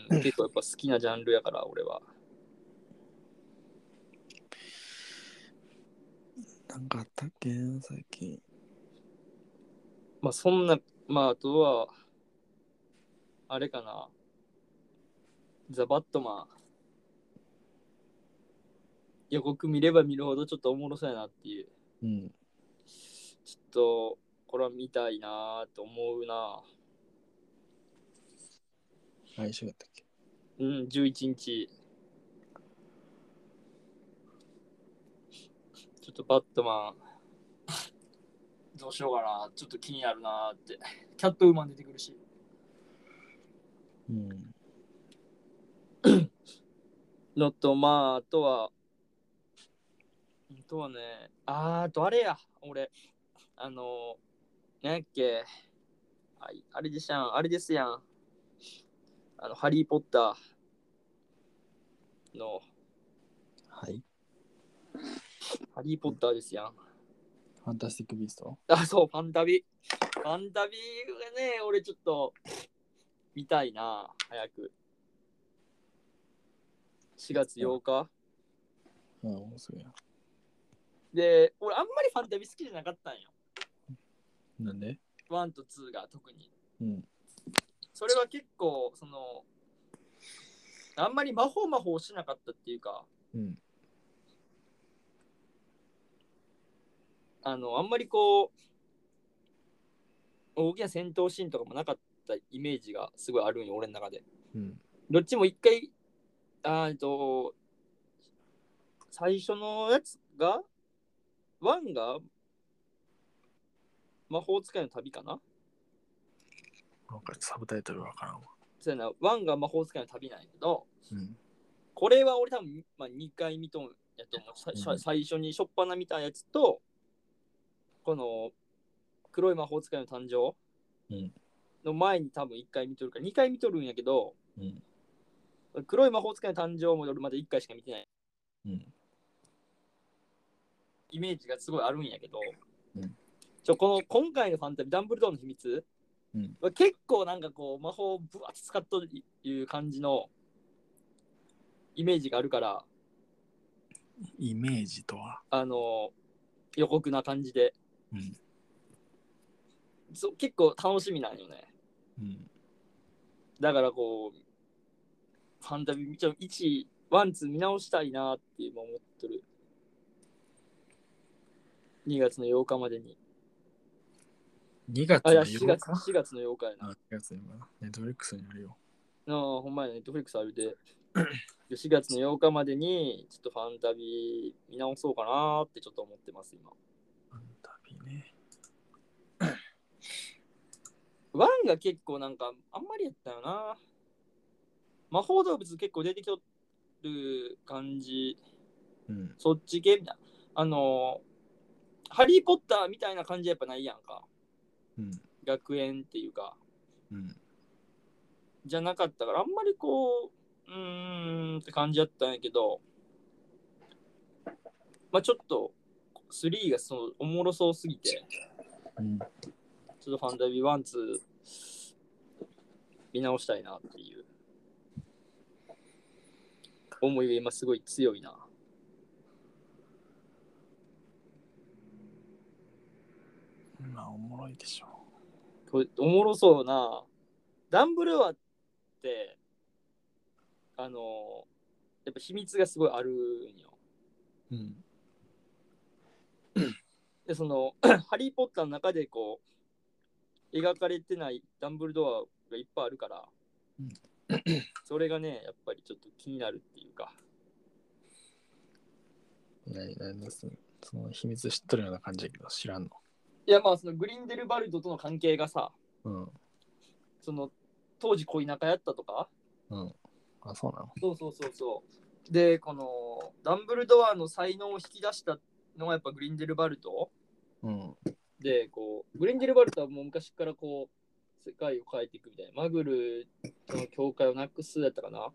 [SPEAKER 1] うん、結構やっぱ好きなジャンルやから、俺は。
[SPEAKER 2] なんかあったっけ最近。
[SPEAKER 1] まあ、そんな、まあ、あとは、あれかな。ザ・バットマン。予告見れば見るほどちょっとおもろそうやなっていう。
[SPEAKER 2] うん。
[SPEAKER 1] ちょっと、これは見たいなと思うな。
[SPEAKER 2] 来週やったっけ
[SPEAKER 1] うん、11日。ちょっとバットマン、どうしようかな。ちょっと気になるなーって。キャットウーマン出てくるし。
[SPEAKER 2] うん。
[SPEAKER 1] のと、まあ、あとは、あとはね、あー、あとあれや、俺、あの、なんやっけ、はい、あれでしゃん、あれですやん。あの、ハリー・ポッター。の
[SPEAKER 2] はい。
[SPEAKER 1] ハリー・ポッターですやん。
[SPEAKER 2] ファンタスティック・ビースト
[SPEAKER 1] あ、そう、ファンタビ。ファンタビがね、俺ちょっと見たいな、早く。4月8日。
[SPEAKER 2] うん、そうや。
[SPEAKER 1] で、俺あんまりファンタビ好きじゃなかったんよ。
[SPEAKER 2] なんで
[SPEAKER 1] 1と2が特に。
[SPEAKER 2] うん。
[SPEAKER 1] それは結構、その、あんまり魔法魔法しなかったっていうか、
[SPEAKER 2] うん。
[SPEAKER 1] あの、あんまりこう、大きな戦闘シーンとかもなかったイメージがすごいあるんよ、俺の中で。
[SPEAKER 2] うん。
[SPEAKER 1] どっちも一回、あーえっと、最初のやつが、ワンが魔法使いの旅かな
[SPEAKER 2] なんかサブタイトルわからんわ。
[SPEAKER 1] そうやな、ワンが魔法使いの旅なんやけど、
[SPEAKER 2] うん。
[SPEAKER 1] これは俺多分、まあ、2回見とんやと思うさ
[SPEAKER 2] うん
[SPEAKER 1] さ。最初にしょっぱな見たやつと、この黒い魔法使いの誕生
[SPEAKER 2] うん
[SPEAKER 1] の前に多分1回見とるから、2回見とるんやけど、
[SPEAKER 2] うん。
[SPEAKER 1] 黒い魔法使いの誕生も俺まだ1回しか見てない。
[SPEAKER 2] うん。
[SPEAKER 1] イメージがすごいあるんやけど、
[SPEAKER 2] うん
[SPEAKER 1] ちょこの今回のファンタビーダンブルドアの秘密、
[SPEAKER 2] うん
[SPEAKER 1] は結構なんかこう魔法をぶわっと使っとるいう感じのイメージがあるから
[SPEAKER 2] イメージとは。
[SPEAKER 1] あの予告な感じで、
[SPEAKER 2] うん
[SPEAKER 1] そう結構楽しみなんよね
[SPEAKER 2] うん。
[SPEAKER 1] だからこうファンタビーちょ1ワンツー見直したいなって今思ってる2月の8日までに
[SPEAKER 2] 2月
[SPEAKER 1] あいや
[SPEAKER 2] の
[SPEAKER 1] 4
[SPEAKER 2] 8
[SPEAKER 1] 月 ,4
[SPEAKER 2] 日
[SPEAKER 1] 月の8日やな
[SPEAKER 2] あ、4月の8日。ネットフリックスにあるよ。
[SPEAKER 1] ああ、ほんまや、ネットフリックスあるで。4月の8日までに、ちょっとファンタビー見直そうかなーってちょっと思ってます、今。
[SPEAKER 2] ファンタビね。
[SPEAKER 1] ワンが結構なんか、あんまりやったよな。魔法動物結構出てきとる感じ、
[SPEAKER 2] うん。
[SPEAKER 1] そっち系みたいな。あのー、ハリー・ポッターみたいな感じやっぱないやんか。
[SPEAKER 2] うん。
[SPEAKER 1] 学園っていうか、
[SPEAKER 2] うん。
[SPEAKER 1] じゃなかったから、あんまりこう、うーんって感じやったんやけど、まあちょっと、3がそのおもろそうすぎて、
[SPEAKER 2] うん。
[SPEAKER 1] ちょっとファンタビーワンツー見直したいなっていう思いが今すごい強いな。
[SPEAKER 2] まあ、おもろいでしょ。
[SPEAKER 1] これおもろそうな。ダンブルワって、あの、やっぱ秘密がすごいあるんよ。
[SPEAKER 2] うん。
[SPEAKER 1] でその ハリー・ポッターの中でこう描かれてないダンブルドアがいっぱいあるから、
[SPEAKER 2] うん
[SPEAKER 1] それがねやっぱりちょっと気になるっていうか
[SPEAKER 2] 何、何ですその秘密知っとるような感じやけど、知らんの。
[SPEAKER 1] いやまあそのグリンデルバルドとの関係がさ
[SPEAKER 2] うん。
[SPEAKER 1] その当時恋仲やったとか
[SPEAKER 2] うん。あ、そうなの
[SPEAKER 1] そうそうそうそうでこのダンブルドアの才能を引き出したのがやっぱグリンデルバルド
[SPEAKER 2] うん。
[SPEAKER 1] でこうグリンデルバルトはもう昔からこう世界を変えていくみたいなマグルとの境界をなくすだったかな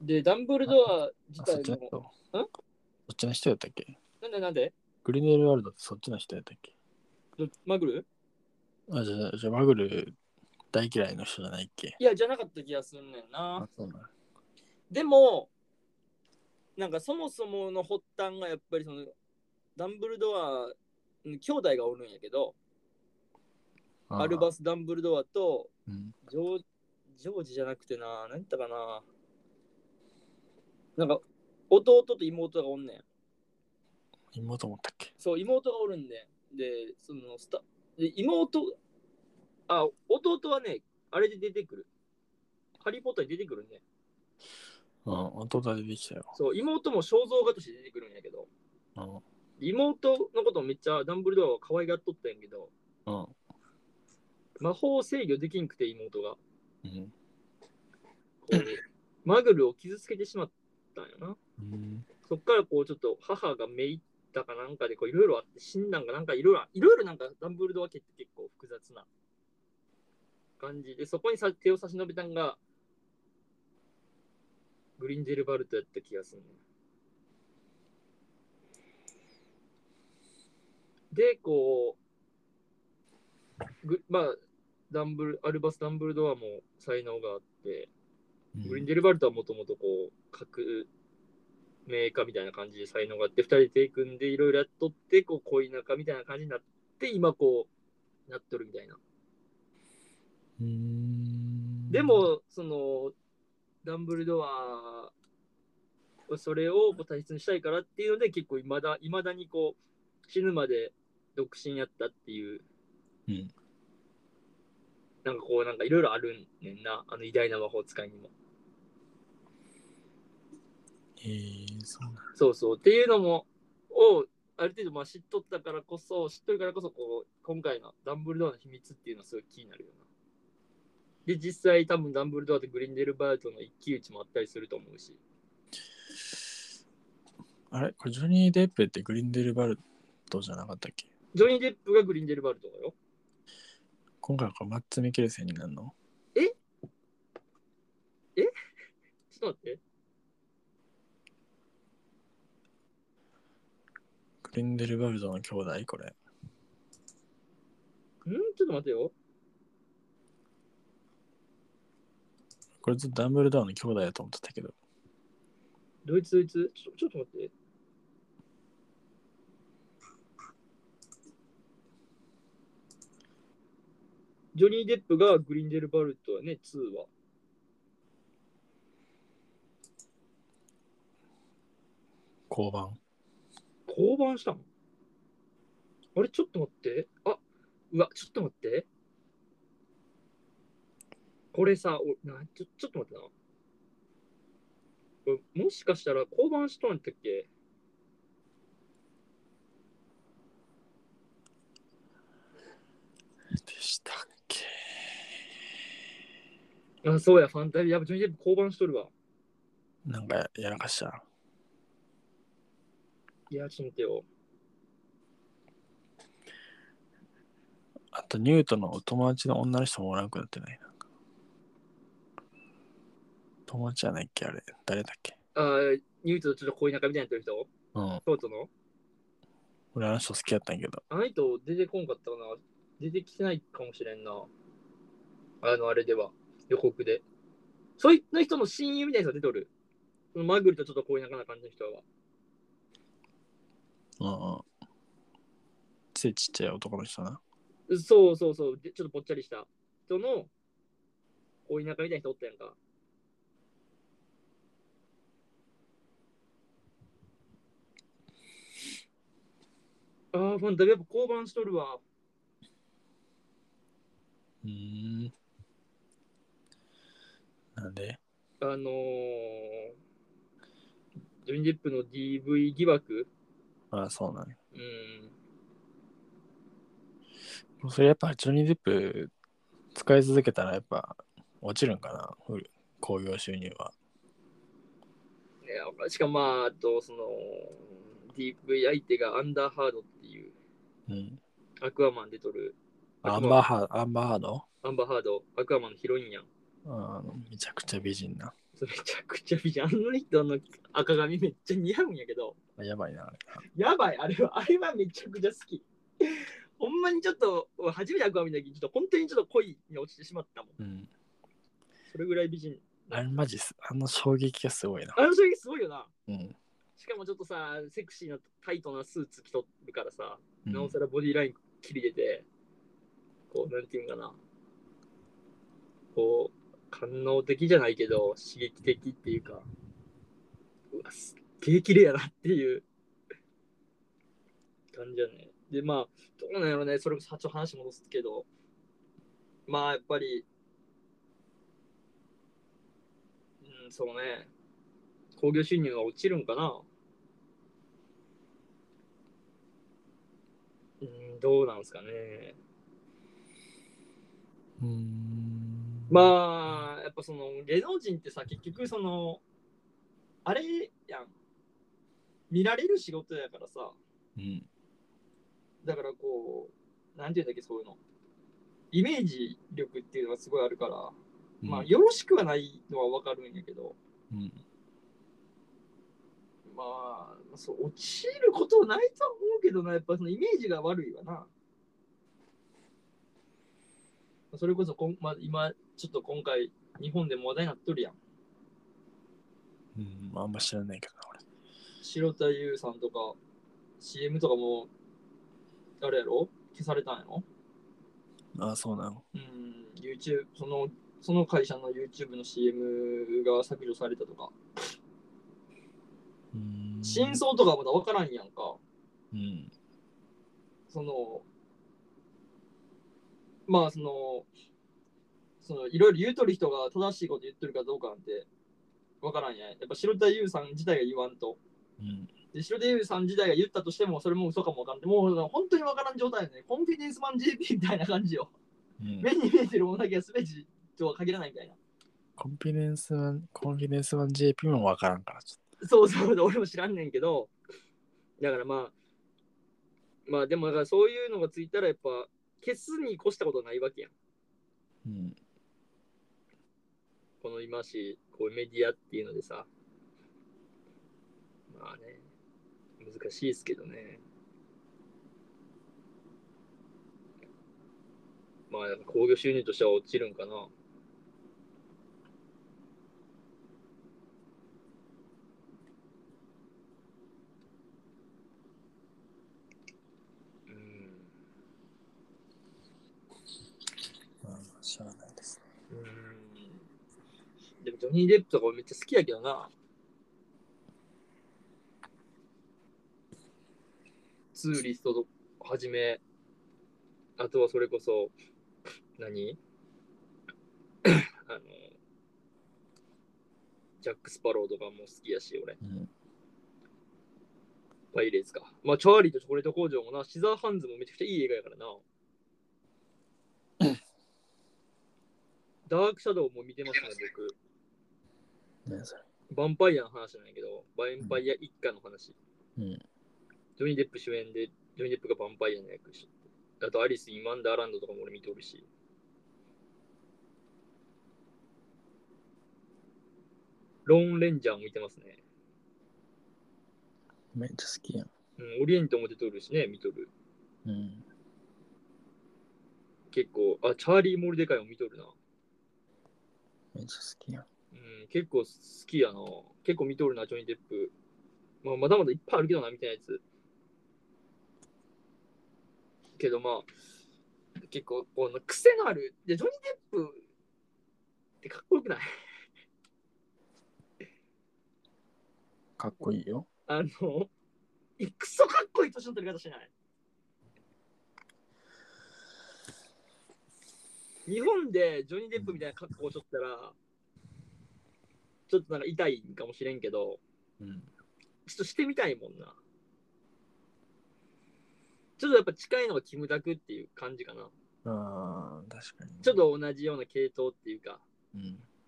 [SPEAKER 1] でダンブルドア自
[SPEAKER 2] あそっち
[SPEAKER 1] 体
[SPEAKER 2] の
[SPEAKER 1] も
[SPEAKER 2] 人。んそっちの人やったっけ
[SPEAKER 1] なんでなんで
[SPEAKER 2] グリネルワールドってそっちの人やったっけ
[SPEAKER 1] どマグル
[SPEAKER 2] あ、じゃあ、じゃあ、マグル大嫌いの人じゃないっけ
[SPEAKER 1] いやじゃなかった気がすんねんな、
[SPEAKER 2] そうなの。
[SPEAKER 1] でもなんかそもそもの発端がやっぱりそのダンブルドアうん兄弟がおるんやけどアルバス・ダンブルドアと
[SPEAKER 2] うん。
[SPEAKER 1] ジョージョージじゃなくてな、何言ったかな。なんか、弟と妹がおんねん。
[SPEAKER 2] 妹思ったっけ
[SPEAKER 1] そう、妹がおるんで、で、そのスタ、で妹、あ、弟はね、あれで出てくる。ハリー・ポッターに出てくるね。
[SPEAKER 2] うん。弟出てきたよ。
[SPEAKER 1] そう、妹も肖像画として出てくるんやけど、
[SPEAKER 2] うん。
[SPEAKER 1] 妹のことめっちゃダンブルドアは可愛がっとったんやけど、
[SPEAKER 2] うん。
[SPEAKER 1] 魔法を制御できんくて妹が、こ
[SPEAKER 2] うん。
[SPEAKER 1] う、マグルを傷つけてしまったんやな。
[SPEAKER 2] うん。
[SPEAKER 1] そっからこうちょっと母がめいったかなんかでこういろいろあって死んだんかなんかいろいろいろいろなんかダンブルドア家って結構複雑な感じでそこにさ手を差し伸べたんがグリンデルバルトやった気がする、ね。で、こう、ぐまあ、ダンブルアルバス・ダンブルドアも才能があって、
[SPEAKER 2] うん
[SPEAKER 1] グリンデルバルトはもともとこう、革命家みたいな感じで才能があって、二人で組んでいろいろやっとって、こう、恋仲みたいな感じになって、今こう、なっとるみたいな。
[SPEAKER 2] うーん
[SPEAKER 1] で、も、その、ダンブルドアはそれをこう大切にしたいからっていうので、結構いまだ、いまだにこう、死ぬまで独身やったっていう、
[SPEAKER 2] うん
[SPEAKER 1] なんかこう、なんかいろいろあるんねんな、あの偉大な魔法使いにも。
[SPEAKER 2] えー、そうなんだ
[SPEAKER 1] そうそう。っていうのも、を、ある程度まあ知っとったからこそ、知っとるからこそ、こう、今回のダンブルドアの秘密っていうのはすごい気になるよな。で、実際多分ダンブルドアとグリンデルバートの一騎打ちもあったりすると思うし。
[SPEAKER 2] あれこれジョニー・デップってグリンデルバルトじゃなかったっけ
[SPEAKER 1] ジョニー・デップがグリンデルバルトだよ。
[SPEAKER 2] 今回はこれマッツ・ミケルセンになるの
[SPEAKER 1] ちょっと待って。
[SPEAKER 2] グリンデルバルトの兄弟これ。
[SPEAKER 1] んちょっと待ってよ。
[SPEAKER 2] これずっとダンブルドアの兄弟だと思ってたけど。
[SPEAKER 1] ドイツ、ドイツ。ちょちょっと待って。ジョニー・デップがグリンデルバルトやね、2は。
[SPEAKER 2] 交番。
[SPEAKER 1] 降板したのあれ、ちょっと待って。あうわ、ちょっと待って。これさ、おなちょちょっと待ってな。これもしかしたら降板しとんやったっけ
[SPEAKER 2] でしたっけ
[SPEAKER 1] あ、そうや、ファンタビー。やっぱジョニー・デップ降板しとるわ。
[SPEAKER 2] なんかやらかした。
[SPEAKER 1] いや、ちょっと待ってよ。
[SPEAKER 2] あとニュートのお友達の女の人もおらんくなってないなんか友達じゃないっけあれ。誰だっけ
[SPEAKER 1] あーニュートとちょっと恋仲みたいになってる人
[SPEAKER 2] うん。
[SPEAKER 1] 京都の
[SPEAKER 2] 俺あの人好きやったんやけど。
[SPEAKER 1] あの人出てこんかったかな出てきてないかもしれんな。あの、あれでは、予告で。そいの人の親友みたいな人が出ておる。そのマグリとちょっと恋仲な感じの人は。
[SPEAKER 2] うんうん。ついちっちゃい男の人な。
[SPEAKER 1] そうそうそう、でちょっとぽっちゃりした人の恋仲みたいな人おったやんか。ああ、ファンタビーやっぱ降板しとるわ。
[SPEAKER 2] うーん。なんで
[SPEAKER 1] あのージョニー・デップの DV 疑惑、
[SPEAKER 2] ああ、そうなんや
[SPEAKER 1] うん、
[SPEAKER 2] もうそれやっぱジョニー・デップ使い続けたらやっぱ落ちるんかなふる興行収入は。
[SPEAKER 1] いやしかもまあ、あと、その、DV 相手がアンダーハードっていう、
[SPEAKER 2] うん。
[SPEAKER 1] アクアマンで撮る、
[SPEAKER 2] アンバーハード、アンバーハード
[SPEAKER 1] アンバーハード、アクアマンのヒロインやん。
[SPEAKER 2] あのめちゃくちゃ美人な。
[SPEAKER 1] それめちゃくちゃ美人。あの人の赤髪めっちゃ似合うんやけど、
[SPEAKER 2] あやばいな、あれ
[SPEAKER 1] やばい、あれは、あれはめちゃくちゃ好き。ほんまにちょっと、初めてアクアマン見た時、ちょっと本当にちょっと恋に落ちてしまったもん。
[SPEAKER 2] うん。
[SPEAKER 1] それぐらい美人。
[SPEAKER 2] あれマジす、あの衝撃がすごいな。
[SPEAKER 1] あの衝撃すごいよな。
[SPEAKER 2] うん。
[SPEAKER 1] しかもちょっとさ、セクシーなタイトなスーツ着とるからさ、
[SPEAKER 2] うん
[SPEAKER 1] なおさらボディライン切り出て、こう、なんていうんかな、こう、官能的じゃないけど、刺激的っていうか、うわ、すっげえ綺麗やなっていう感じやね。で、まあ、どうなんやろね、それこそ、ちょっと話戻すけど、まあ、やっぱり、うん、そうね、興行収入が落ちるんかなうん、どうなんすかね。
[SPEAKER 2] うーん。
[SPEAKER 1] まあ、やっぱその芸能人ってさ、結局その、あれやん。見られる仕事やからさ、
[SPEAKER 2] うん。
[SPEAKER 1] だからこう、なんていうんだっけ、そういうの。イメージ力っていうのがすごいあるから、まあ、
[SPEAKER 2] うん
[SPEAKER 1] よろしくはないのはわかるんやけど、
[SPEAKER 2] うん。
[SPEAKER 1] まあ、そう、落ちることないとは思うけどな、やっぱそのイメージが悪いわな。それこそこん、まあ、今、ちょっと今回、日本でも話題になっとるやん。
[SPEAKER 2] うん、あんま知らないけどな、俺。
[SPEAKER 1] 白田優さんとか、CM とかも、あれやろ消されたんやろ
[SPEAKER 2] ああ、そうなの。
[SPEAKER 1] うん、YouTube、その、その会社の YouTube の CM が削除されたとか。
[SPEAKER 2] うーん。
[SPEAKER 1] 真相とかまだ分からんやんか。
[SPEAKER 2] うん。
[SPEAKER 1] そのまあそのそのいろいろ言うとる人が正しいこと言ってるかどうかなんてわからんやんやっぱ白田優さん自体が言わんと
[SPEAKER 2] うん。
[SPEAKER 1] で白田優さん自体が言ったとしてもそれも嘘かもわからんでもう本当にわからん状態だねコンフィデンスマン GP みたいな感じよ
[SPEAKER 2] うん、
[SPEAKER 1] 目に見えてるものだけは全てとは限らないみたいな
[SPEAKER 2] コンフィデンスマン、コンフィデンスマン JP もわからんから、ちょっ
[SPEAKER 1] そうそう俺も知らんねんけどだからまあまあでもだからそういうのがついたらやっぱ消すに越したことないわけやん
[SPEAKER 2] と。うん。
[SPEAKER 1] この今し、こういうメディアっていうのでさ、まあね、難しいですけどね。まあ、興行収入としては落ちるんかな。うん
[SPEAKER 2] まあ、知らないです。
[SPEAKER 1] うんでもジョニー・デップとか俺めっちゃ好きやけどな。ツーリストはじめ、あとはそれこそ、何 あの、ジャック・スパローとかも好きやし、俺。
[SPEAKER 2] うん。
[SPEAKER 1] パイレーツか。まあ、チャーリーとチョコレート工場もな、シザーハンズもめちゃくちゃいい映画やからな。ダークシャドウも見てますね、僕。
[SPEAKER 2] ねそれ。
[SPEAKER 1] ヴァンパイアの話じゃないけど、ヴァンパイア一家の話。
[SPEAKER 2] うん
[SPEAKER 1] ジョニー・デップ主演で、ジョニー・デップがヴァンパイアの役しとってあと、アリス・イン・ワンダーランドとかも俺見ておるし。ローン・レンジャーも見てますね。
[SPEAKER 2] めっちゃ好きやん。
[SPEAKER 1] うん、オリエントも出ておるしね、見とる。
[SPEAKER 2] うん。
[SPEAKER 1] 結構、あ、チャーリー・モルデカイも見とるな。
[SPEAKER 2] めっちゃ好きやん。
[SPEAKER 1] うん、結構好きやな。結構見とるな、ジョニー・デップ。まあ、まだまだいっぱいあるけどな、みたいなやつ。けどまあ、結構、この癖のある。いや、ジョニー・デップってかっこよくない
[SPEAKER 2] かっこいいよ。
[SPEAKER 1] あの、いクソかっこいい年の取り方しない。日本でジョニー・デップみたいな格好をしとったら、ちょっとなんか痛いんかもしれんけど、
[SPEAKER 2] うん。
[SPEAKER 1] ちょっとしてみたいもんな。ちょっとやっぱ近いのがキムタクっていう感じかな。
[SPEAKER 2] ああ、確かに。
[SPEAKER 1] ちょっと同じような系統っていうか、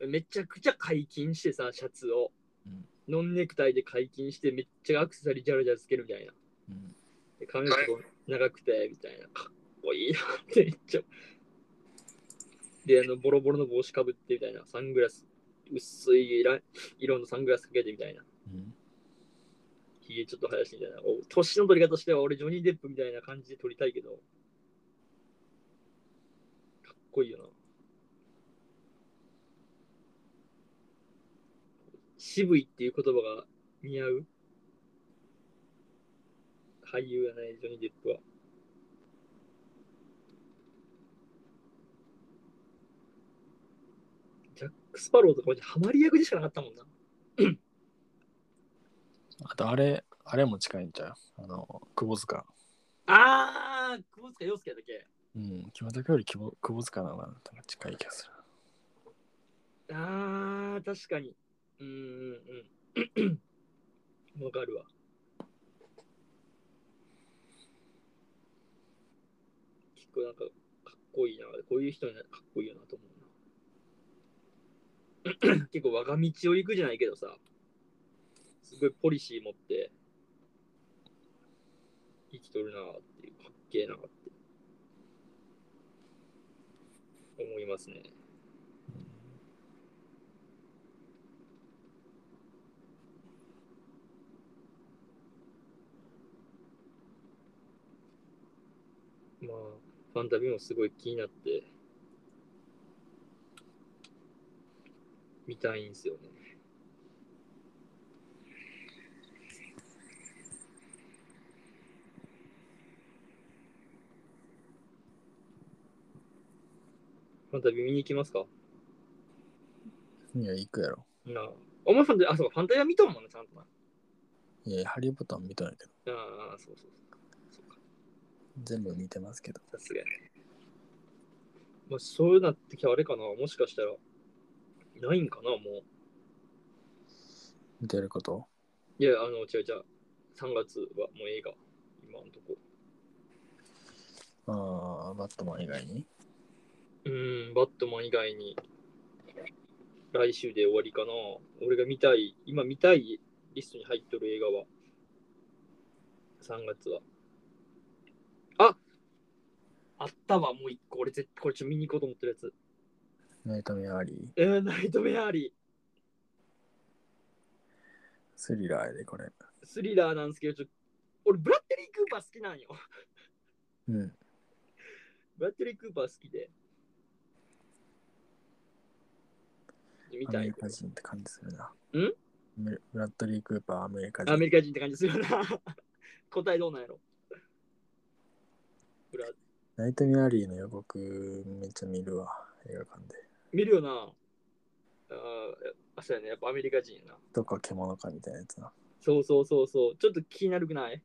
[SPEAKER 2] うん。
[SPEAKER 1] めちゃくちゃ解禁してさ、シャツを。
[SPEAKER 2] うん
[SPEAKER 1] ノンネクタイで解禁して、めっちゃアクセサリージャラジャラつけるみたいな。
[SPEAKER 2] うん。
[SPEAKER 1] で髪の毛こう長くて、みたいな。かっこいいなってめっちゃ。で、あの、ボロボロの帽子かぶってみたいな。サングラス、薄いライ色のサングラスかけてみたいな。
[SPEAKER 2] うん。
[SPEAKER 1] ひげちょっと生やしてみたいな。お年の取り方としては俺ジョニー・デップみたいな感じで取りたいけど。かっこいいよな。渋いっていう言葉が似合う俳優がないジョニー・デップは。ジャック・スパローとかマジハマり役でしかなかったもんな。
[SPEAKER 2] あと、あれ、あれも近いんちゃうあの、窪塚。
[SPEAKER 1] あー、久保塚洋介だっけ
[SPEAKER 2] うん。木村拓哉より窪窪塚の方がなんか近い気がす
[SPEAKER 1] あ
[SPEAKER 2] る。
[SPEAKER 1] ー、確かに。うーんうん うん。わかるわ。結構なんか、かっこいいな。こういう人になかっこいいよなと思うな。 結構我が道を行くじゃないけどさ、すごいポリシー持って、生きとるなっていう、かっけえなって、思いますね。まあ、ファンタビもすごい気になって、見たいんですよね。ファンタビ見に行きますか
[SPEAKER 2] いや、行くやろ。
[SPEAKER 1] なあ。お前ファンタビ、あ、そうか、ファンタビは見とんもんな、ちゃんとな。
[SPEAKER 2] いや、ハリー・ポッターも見たんやけど、
[SPEAKER 1] ああ、そうそうそう。そうか
[SPEAKER 2] 全部見てますけど。
[SPEAKER 1] さすがやね。まあ、そうなってきゃあれかな、もしかしたら、ないんかな、もう。
[SPEAKER 2] 見てること
[SPEAKER 1] いや、あの、違う違う。3月はもう映画、今のとこ。
[SPEAKER 2] ああ、バットマン以外に
[SPEAKER 1] うーん、バットマン以外に、来週で終わりかな。俺が見たい、今見たいリストに入っとる映画は、3月は。ああったわ、もう一個。俺、絶対これちょっと見に行こうと思ってるやつ。
[SPEAKER 2] ナイトメアリー。
[SPEAKER 1] えー、ナイトメアリー。
[SPEAKER 2] スリラーやで、これ。
[SPEAKER 1] スリラーなんですけど、ちょ俺、ブラッテリー・クーパー好きなんよ。
[SPEAKER 2] うん。
[SPEAKER 1] ブラッテリー・クーパー好きで。み
[SPEAKER 2] ア
[SPEAKER 1] た
[SPEAKER 2] メ
[SPEAKER 1] い
[SPEAKER 2] リ。カ人って感じするな。
[SPEAKER 1] ん
[SPEAKER 2] ブブラッドリー・クーパー、アメリカ人。
[SPEAKER 1] アメリカ人って感じするよな。 答えどうなんやろ。
[SPEAKER 2] ナイトメアリーの予告めっちゃ見るわ、映画館で。
[SPEAKER 1] 見るよな。あーあ、そうやね。やっぱアメリカ人やな。
[SPEAKER 2] どっか獣かみたいなやつな。
[SPEAKER 1] そうそうそうそう。ちょっと気になるくない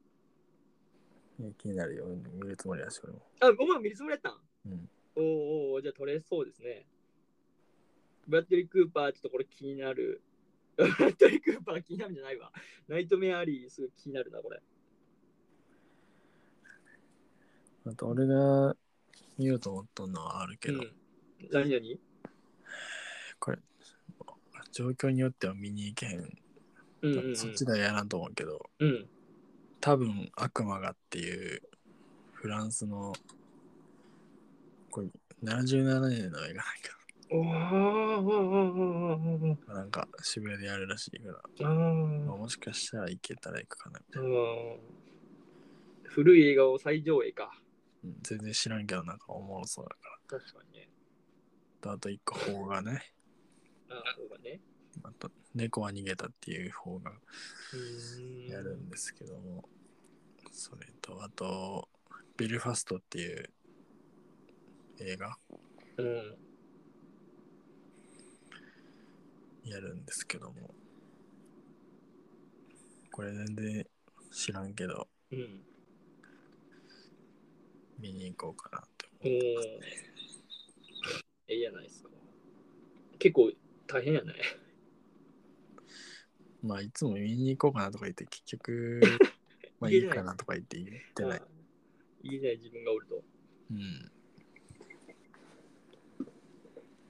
[SPEAKER 2] いや気になるよ、見るつもりやし、俺も。
[SPEAKER 1] あ、お前見るつもりやったん
[SPEAKER 2] うん。
[SPEAKER 1] おーおーじゃあ取れそうですね。ブラッドリー・クーパー、ちょっとこれ気になる。 ブラッドリー・クーパー気になるんじゃないわ。ナイトメアリー、すごい気になるな、これ。
[SPEAKER 2] あと、俺が見ようと思ったのはあるけど、
[SPEAKER 1] うん、何何
[SPEAKER 2] これ、状況によっては見に行けへん。
[SPEAKER 1] うんうんうん。
[SPEAKER 2] そっちでやらんと思うけど、
[SPEAKER 1] うん。
[SPEAKER 2] 多分悪魔がっていうフランスのこれ77年の映画なんや
[SPEAKER 1] おーおーおーおーおーおー
[SPEAKER 2] けどなんか渋谷でやるらしいから、
[SPEAKER 1] あー
[SPEAKER 2] まあもしかしたら行けたら行くかなみた
[SPEAKER 1] う
[SPEAKER 2] いな、
[SPEAKER 1] ん古い映画を再上映か。
[SPEAKER 2] うん全然知らんけどなんかおもろそうだか
[SPEAKER 1] 確かにね。
[SPEAKER 2] らあと一個方がね
[SPEAKER 1] あーそうだね。
[SPEAKER 2] あと猫は逃げたっていう方が
[SPEAKER 1] うーん
[SPEAKER 2] やるんですけども、それとあとベルファストっていう映画
[SPEAKER 1] うん。
[SPEAKER 2] やるんですけどもこれ全然知らんけど
[SPEAKER 1] うん。
[SPEAKER 2] 見に行こうかなって
[SPEAKER 1] おー
[SPEAKER 2] 思う、
[SPEAKER 1] ええやないですか。結構大変やね。
[SPEAKER 2] まあいつも見に行こうかなとか言って結局まあい
[SPEAKER 1] 言え
[SPEAKER 2] い
[SPEAKER 1] ない
[SPEAKER 2] かなとか言って言ってない
[SPEAKER 1] あ、ー。いいね、自分がおると。
[SPEAKER 2] うん、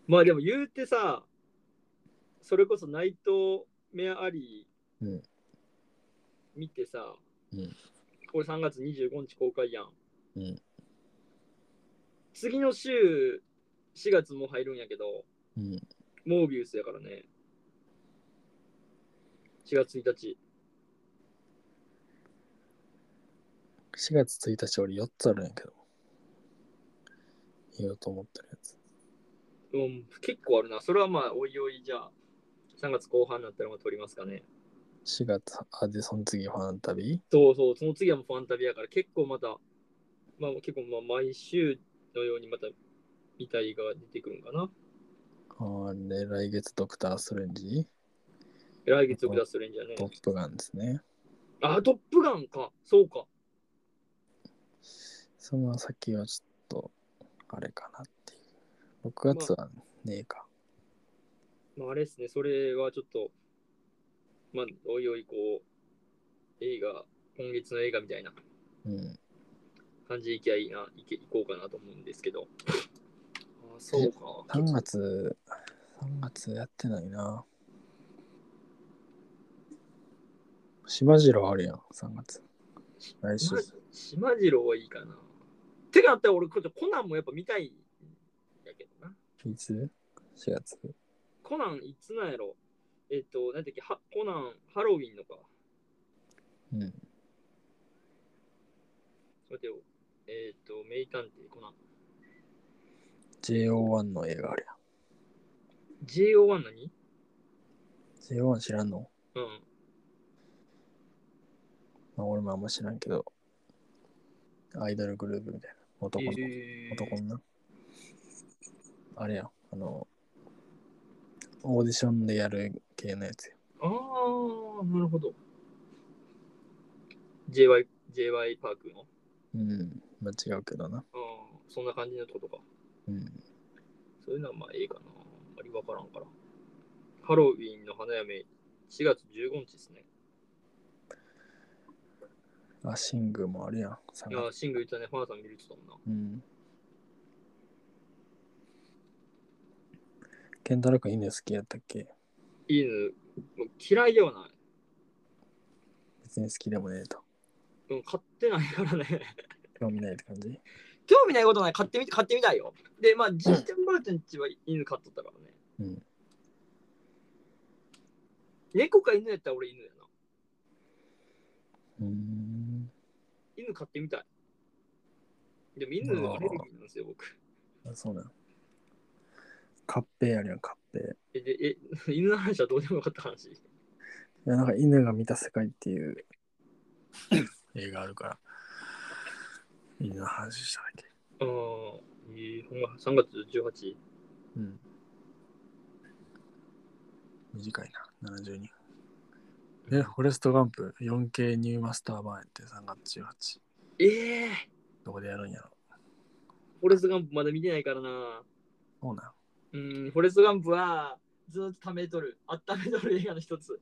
[SPEAKER 1] まあでも言うてさ、それこそナイトメアリ
[SPEAKER 2] うん
[SPEAKER 1] ー見てさ、
[SPEAKER 2] うん
[SPEAKER 1] これ3月25日公開やん。
[SPEAKER 2] うん
[SPEAKER 1] 次の週、4月も入るんやけど、
[SPEAKER 2] うん、
[SPEAKER 1] モービウスやからね。4月1日。
[SPEAKER 2] 4月1日俺4つあるんやけど言おうと思ってるやつ
[SPEAKER 1] うん、結構あるな。それはまあ、おいおいじゃあ、3月後半になったらまあ撮りますかね。
[SPEAKER 2] 4月あでその次ファンタビー
[SPEAKER 1] そうそう、その次はもうファンタビアから結構また、まあ結構まあ毎週のようにまた見たいが出てくるんかな。
[SPEAKER 2] あれ来月ドクター・ストレンジ
[SPEAKER 1] 来月を下すレンジャーね。
[SPEAKER 2] トップガンですね
[SPEAKER 1] あ、トップガンか。そうか。
[SPEAKER 2] その先はちょっとあれかなっていう6月はねえか、
[SPEAKER 1] まああれですね、それはちょっと、まあおいおいこう、映画、今月の映画みたいな
[SPEAKER 2] うん
[SPEAKER 1] 感じでいきゃいいな、いけいこうかなと思うんですけど。あ、そうか。
[SPEAKER 2] 3月、3月やってないな。島次郎あるやん、3月。来週
[SPEAKER 1] ま。島次郎はいいかな。てかあったら俺、こコナンもやっぱ見たいんやけどな。
[SPEAKER 2] いつ ?4 月。
[SPEAKER 1] コナンいつなんやろえっ、と、なんだっけ、はコナン、ハロウィンのか。
[SPEAKER 2] うん。
[SPEAKER 1] 待てよ。えっ、と、名探偵コナン。
[SPEAKER 2] JO1 の映画ある
[SPEAKER 1] JO1 何
[SPEAKER 2] やん。JO1 知らんの、
[SPEAKER 1] うん。
[SPEAKER 2] まあ、俺もあんま知らんけど、アイドルグループみたいな。男の、
[SPEAKER 1] えー
[SPEAKER 2] 男のな。あれやん、あの、オーディションでやる系のやつや。
[SPEAKER 1] ああ、なるほど。JY、JY パークの。
[SPEAKER 2] うん、まあ違うけどな。
[SPEAKER 1] うん、そんな感じのとことか。
[SPEAKER 2] うん。
[SPEAKER 1] そういうのはまあええかな。あんまりわからんから。ハロウィンの花嫁、4月15日ですね。
[SPEAKER 2] あ、シングもあるやん。
[SPEAKER 1] いやー、シングル言ったね、花さん見るって言ってたもんな。
[SPEAKER 2] うん。ケンタロウ君犬好きやったっけ
[SPEAKER 1] 犬、もう嫌いではない。
[SPEAKER 2] 別に好きでもねえと。
[SPEAKER 1] でも買ってないからね。
[SPEAKER 2] 興味ないって感じ
[SPEAKER 1] 興味ないことない買ってみて買ってみたいよでまあジーテンバーテンちは犬飼っとったからね、
[SPEAKER 2] うん
[SPEAKER 1] 猫か犬やったら俺犬やな
[SPEAKER 2] うーん。
[SPEAKER 1] 犬飼ってみたいでも犬アレルギーなんですよ僕
[SPEAKER 2] あ、そうなん。カッペやるやん、カッペ。い
[SPEAKER 1] え でえ犬の話はどうでもよかった話
[SPEAKER 2] や、なんか犬が見た世界っていう映画あるから。犬の話しただけ。
[SPEAKER 1] ああえー、ほんま3月18日
[SPEAKER 2] うん。短いな、72分。ね、フォレストガンプ 4K ニューマスター版やって3月18。
[SPEAKER 1] ええー、
[SPEAKER 2] どこでやるんやろ
[SPEAKER 1] フォレストガンプまだ見てないからな
[SPEAKER 2] そうなん。
[SPEAKER 1] うんフォレストガンプはずっとためとるあっためとる映画の一つ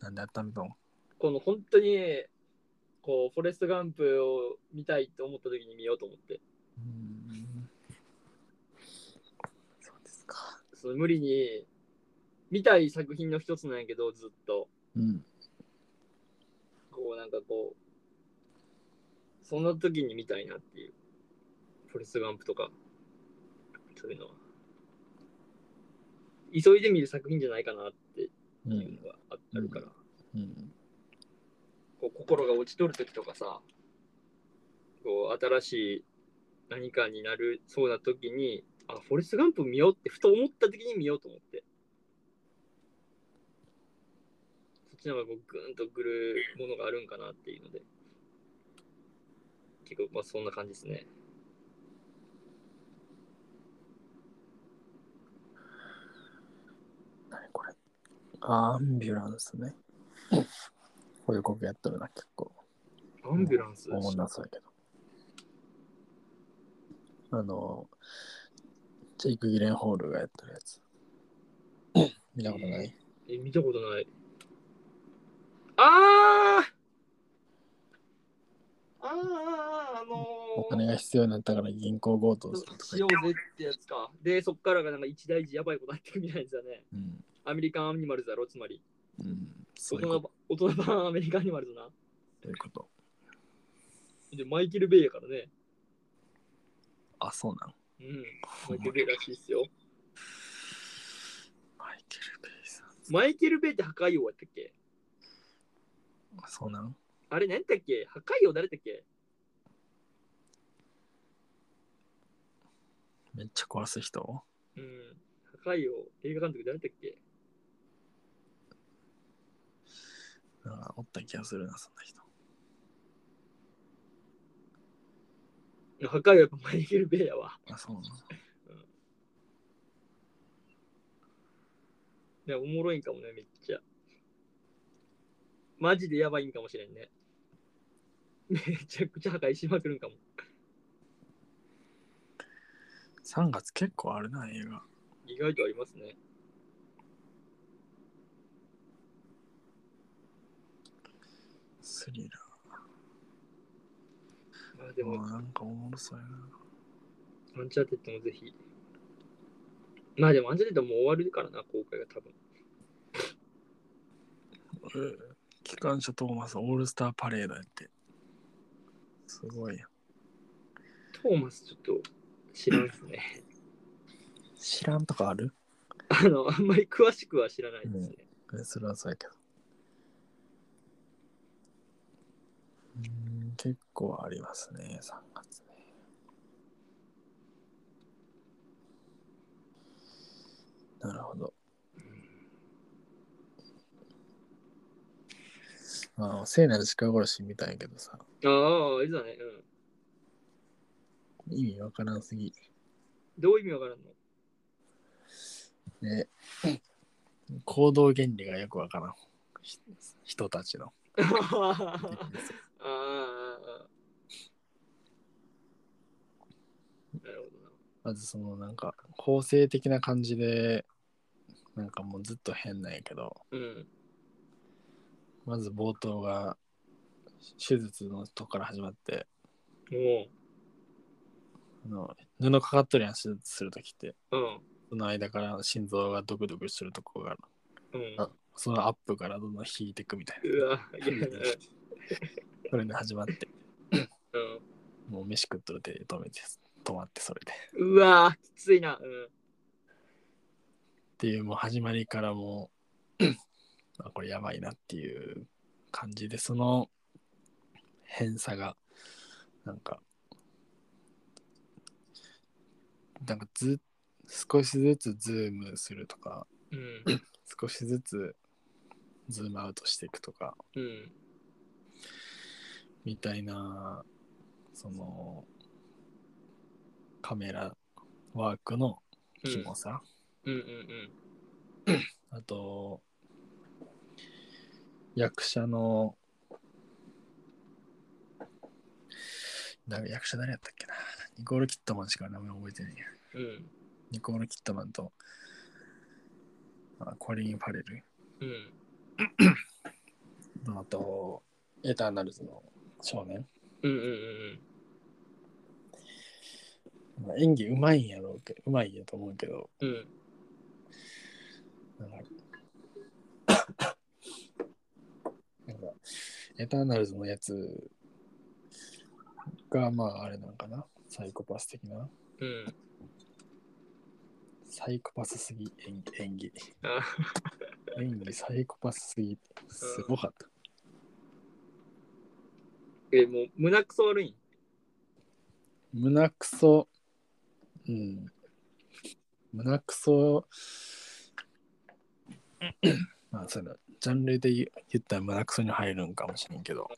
[SPEAKER 2] なんで温めたの
[SPEAKER 1] この本当にこうフォレストガンプを見たいと思った時に見ようと思って
[SPEAKER 2] うん。そうですか。
[SPEAKER 1] その無理に見たい作品の一つなんやけどずっと
[SPEAKER 2] うん。。
[SPEAKER 1] こうなんかこうそんな時に見たいなっていうフォレストガンプとかそういうのは急いで見る作品じゃないかなっていううんのがああるから、
[SPEAKER 2] うん。
[SPEAKER 1] こう心が落ちとる時とかさこう新しい何かになるそうな時にあフォレストガンプ見ようってふと思った時に見ようと思ってそっちの方がこうグーンとくるものがあるんかなっていうので結構まあそんな感じですね
[SPEAKER 2] 何これ。アンビュランスね。 こういう曲やっとるな、結構。
[SPEAKER 1] アンビュランス
[SPEAKER 2] 思んなそうやけど。あの、ジェイク・ギレンホールがやってるや つ。見たことない、
[SPEAKER 1] え見たことないあーあーあーあ
[SPEAKER 2] お
[SPEAKER 1] のー
[SPEAKER 2] 金が必要になったから銀行強盗するとか
[SPEAKER 1] しようぜってやつか。で、そっからがなんか一大事やばいことあってるみたいですよね。
[SPEAKER 2] うん。
[SPEAKER 1] アメリカンアニマルズだろ、つまり。
[SPEAKER 2] うん。そ
[SPEAKER 1] 大
[SPEAKER 2] ういう
[SPEAKER 1] 人
[SPEAKER 2] こと。
[SPEAKER 1] ば大人版アメリカンアニマルズな。
[SPEAKER 2] そういうこと
[SPEAKER 1] で、マイケル・ベイやからね。
[SPEAKER 2] あ、そうなん。
[SPEAKER 1] うん。マイケル・ベイらしいっすよ。
[SPEAKER 2] マイケル・ベイさん。
[SPEAKER 1] マイケル・ベイって破壊王やったっけ
[SPEAKER 2] あそうなん
[SPEAKER 1] あれ、何やったっけ破壊王誰だっけ
[SPEAKER 2] めっちゃ壊す人
[SPEAKER 1] うん。破壊王、映画監督誰だっけ
[SPEAKER 2] なんかおった気がするな、そんな人。
[SPEAKER 1] 破壊王やっぱマイケル・ベイやわ。
[SPEAKER 2] あ、そうなん
[SPEAKER 1] ね、おもろいんかもね、めっちゃ。マジでやばいんかもしれんね。めちゃくちゃ破壊しまくるんかも。
[SPEAKER 2] 3月結構あるな、映画。
[SPEAKER 1] 意外とありますね。
[SPEAKER 2] スリラ
[SPEAKER 1] まあで
[SPEAKER 2] ー。
[SPEAKER 1] も、
[SPEAKER 2] あなんかおもろそうやな。
[SPEAKER 1] アンチャーテッドもぜひ。まあでも、アンチャーテッドもう終わるからな、公開が多分。
[SPEAKER 2] えー機関車トーマスオールスターパレードやって。すごいやん。
[SPEAKER 1] トーマスちょっと知らんっすね。
[SPEAKER 2] 知らんとかある
[SPEAKER 1] あの、あんまり詳しくは知らないですね。
[SPEAKER 2] えそれはそうやけど。うーん結構ありますね、3月ね。なるほど。まあ、聖なる鹿殺しみたいやけどさ、
[SPEAKER 1] ああ、いつだね。うん。
[SPEAKER 2] 意味わからんすぎ。
[SPEAKER 1] どういう意味わからんの
[SPEAKER 2] ね。行動原理がよくわからん。ひ人たちの。
[SPEAKER 1] ああ。なるほどな。
[SPEAKER 2] まずそのなんか、法制的な感じで、なんかもうずっと変なんやけど、
[SPEAKER 1] うん。
[SPEAKER 2] まず冒頭が手術のとこから始まって、
[SPEAKER 1] も
[SPEAKER 2] あの布かかっとるやん手術するときって
[SPEAKER 1] う。うん。
[SPEAKER 2] その間から心臓がドクドクするとこがある
[SPEAKER 1] うん。
[SPEAKER 2] あそのアップからどんどん引いていくみたいう
[SPEAKER 1] わ、いや、うん。
[SPEAKER 2] なそれで始まって
[SPEAKER 1] うん
[SPEAKER 2] もう飯食っとる手で止めて止まってそれでっ
[SPEAKER 1] うわー、きついな。うん。
[SPEAKER 2] ていうもう始まりからもうあこれやばいなっていう感じでその変さがなんかなんかず少しずつズームするとか
[SPEAKER 1] うん。
[SPEAKER 2] 少しずつズームアウトしていくとか
[SPEAKER 1] うん。
[SPEAKER 2] みたいなそのカメラワークのキモさ、
[SPEAKER 1] うんうんうん。
[SPEAKER 2] あと役者のだ役者誰やったっけなニコール・キットマンしか名前覚えてないや
[SPEAKER 1] うん。
[SPEAKER 2] ニコール・キットマンとあコリン・ファレル
[SPEAKER 1] うん。
[SPEAKER 2] あとエターナルズの少年
[SPEAKER 1] うんうんうん
[SPEAKER 2] まあ演技うまいんやろうけど、うまいやと思うけど、
[SPEAKER 1] うん。うん。
[SPEAKER 2] なんか、なんかエターナルズのやつが、まああれなんかな、サイコパス的な、
[SPEAKER 1] うん。
[SPEAKER 2] サイコパスすぎ演技、演技、
[SPEAKER 1] あ
[SPEAKER 2] 演技サイコパスすぎ、すごかった。
[SPEAKER 1] え、もう胸くそ悪いん。
[SPEAKER 2] 胸くそ、うん、胸くそ、 まあそのジャンルで言う言ったら胸くそに入るんかもしれんけど、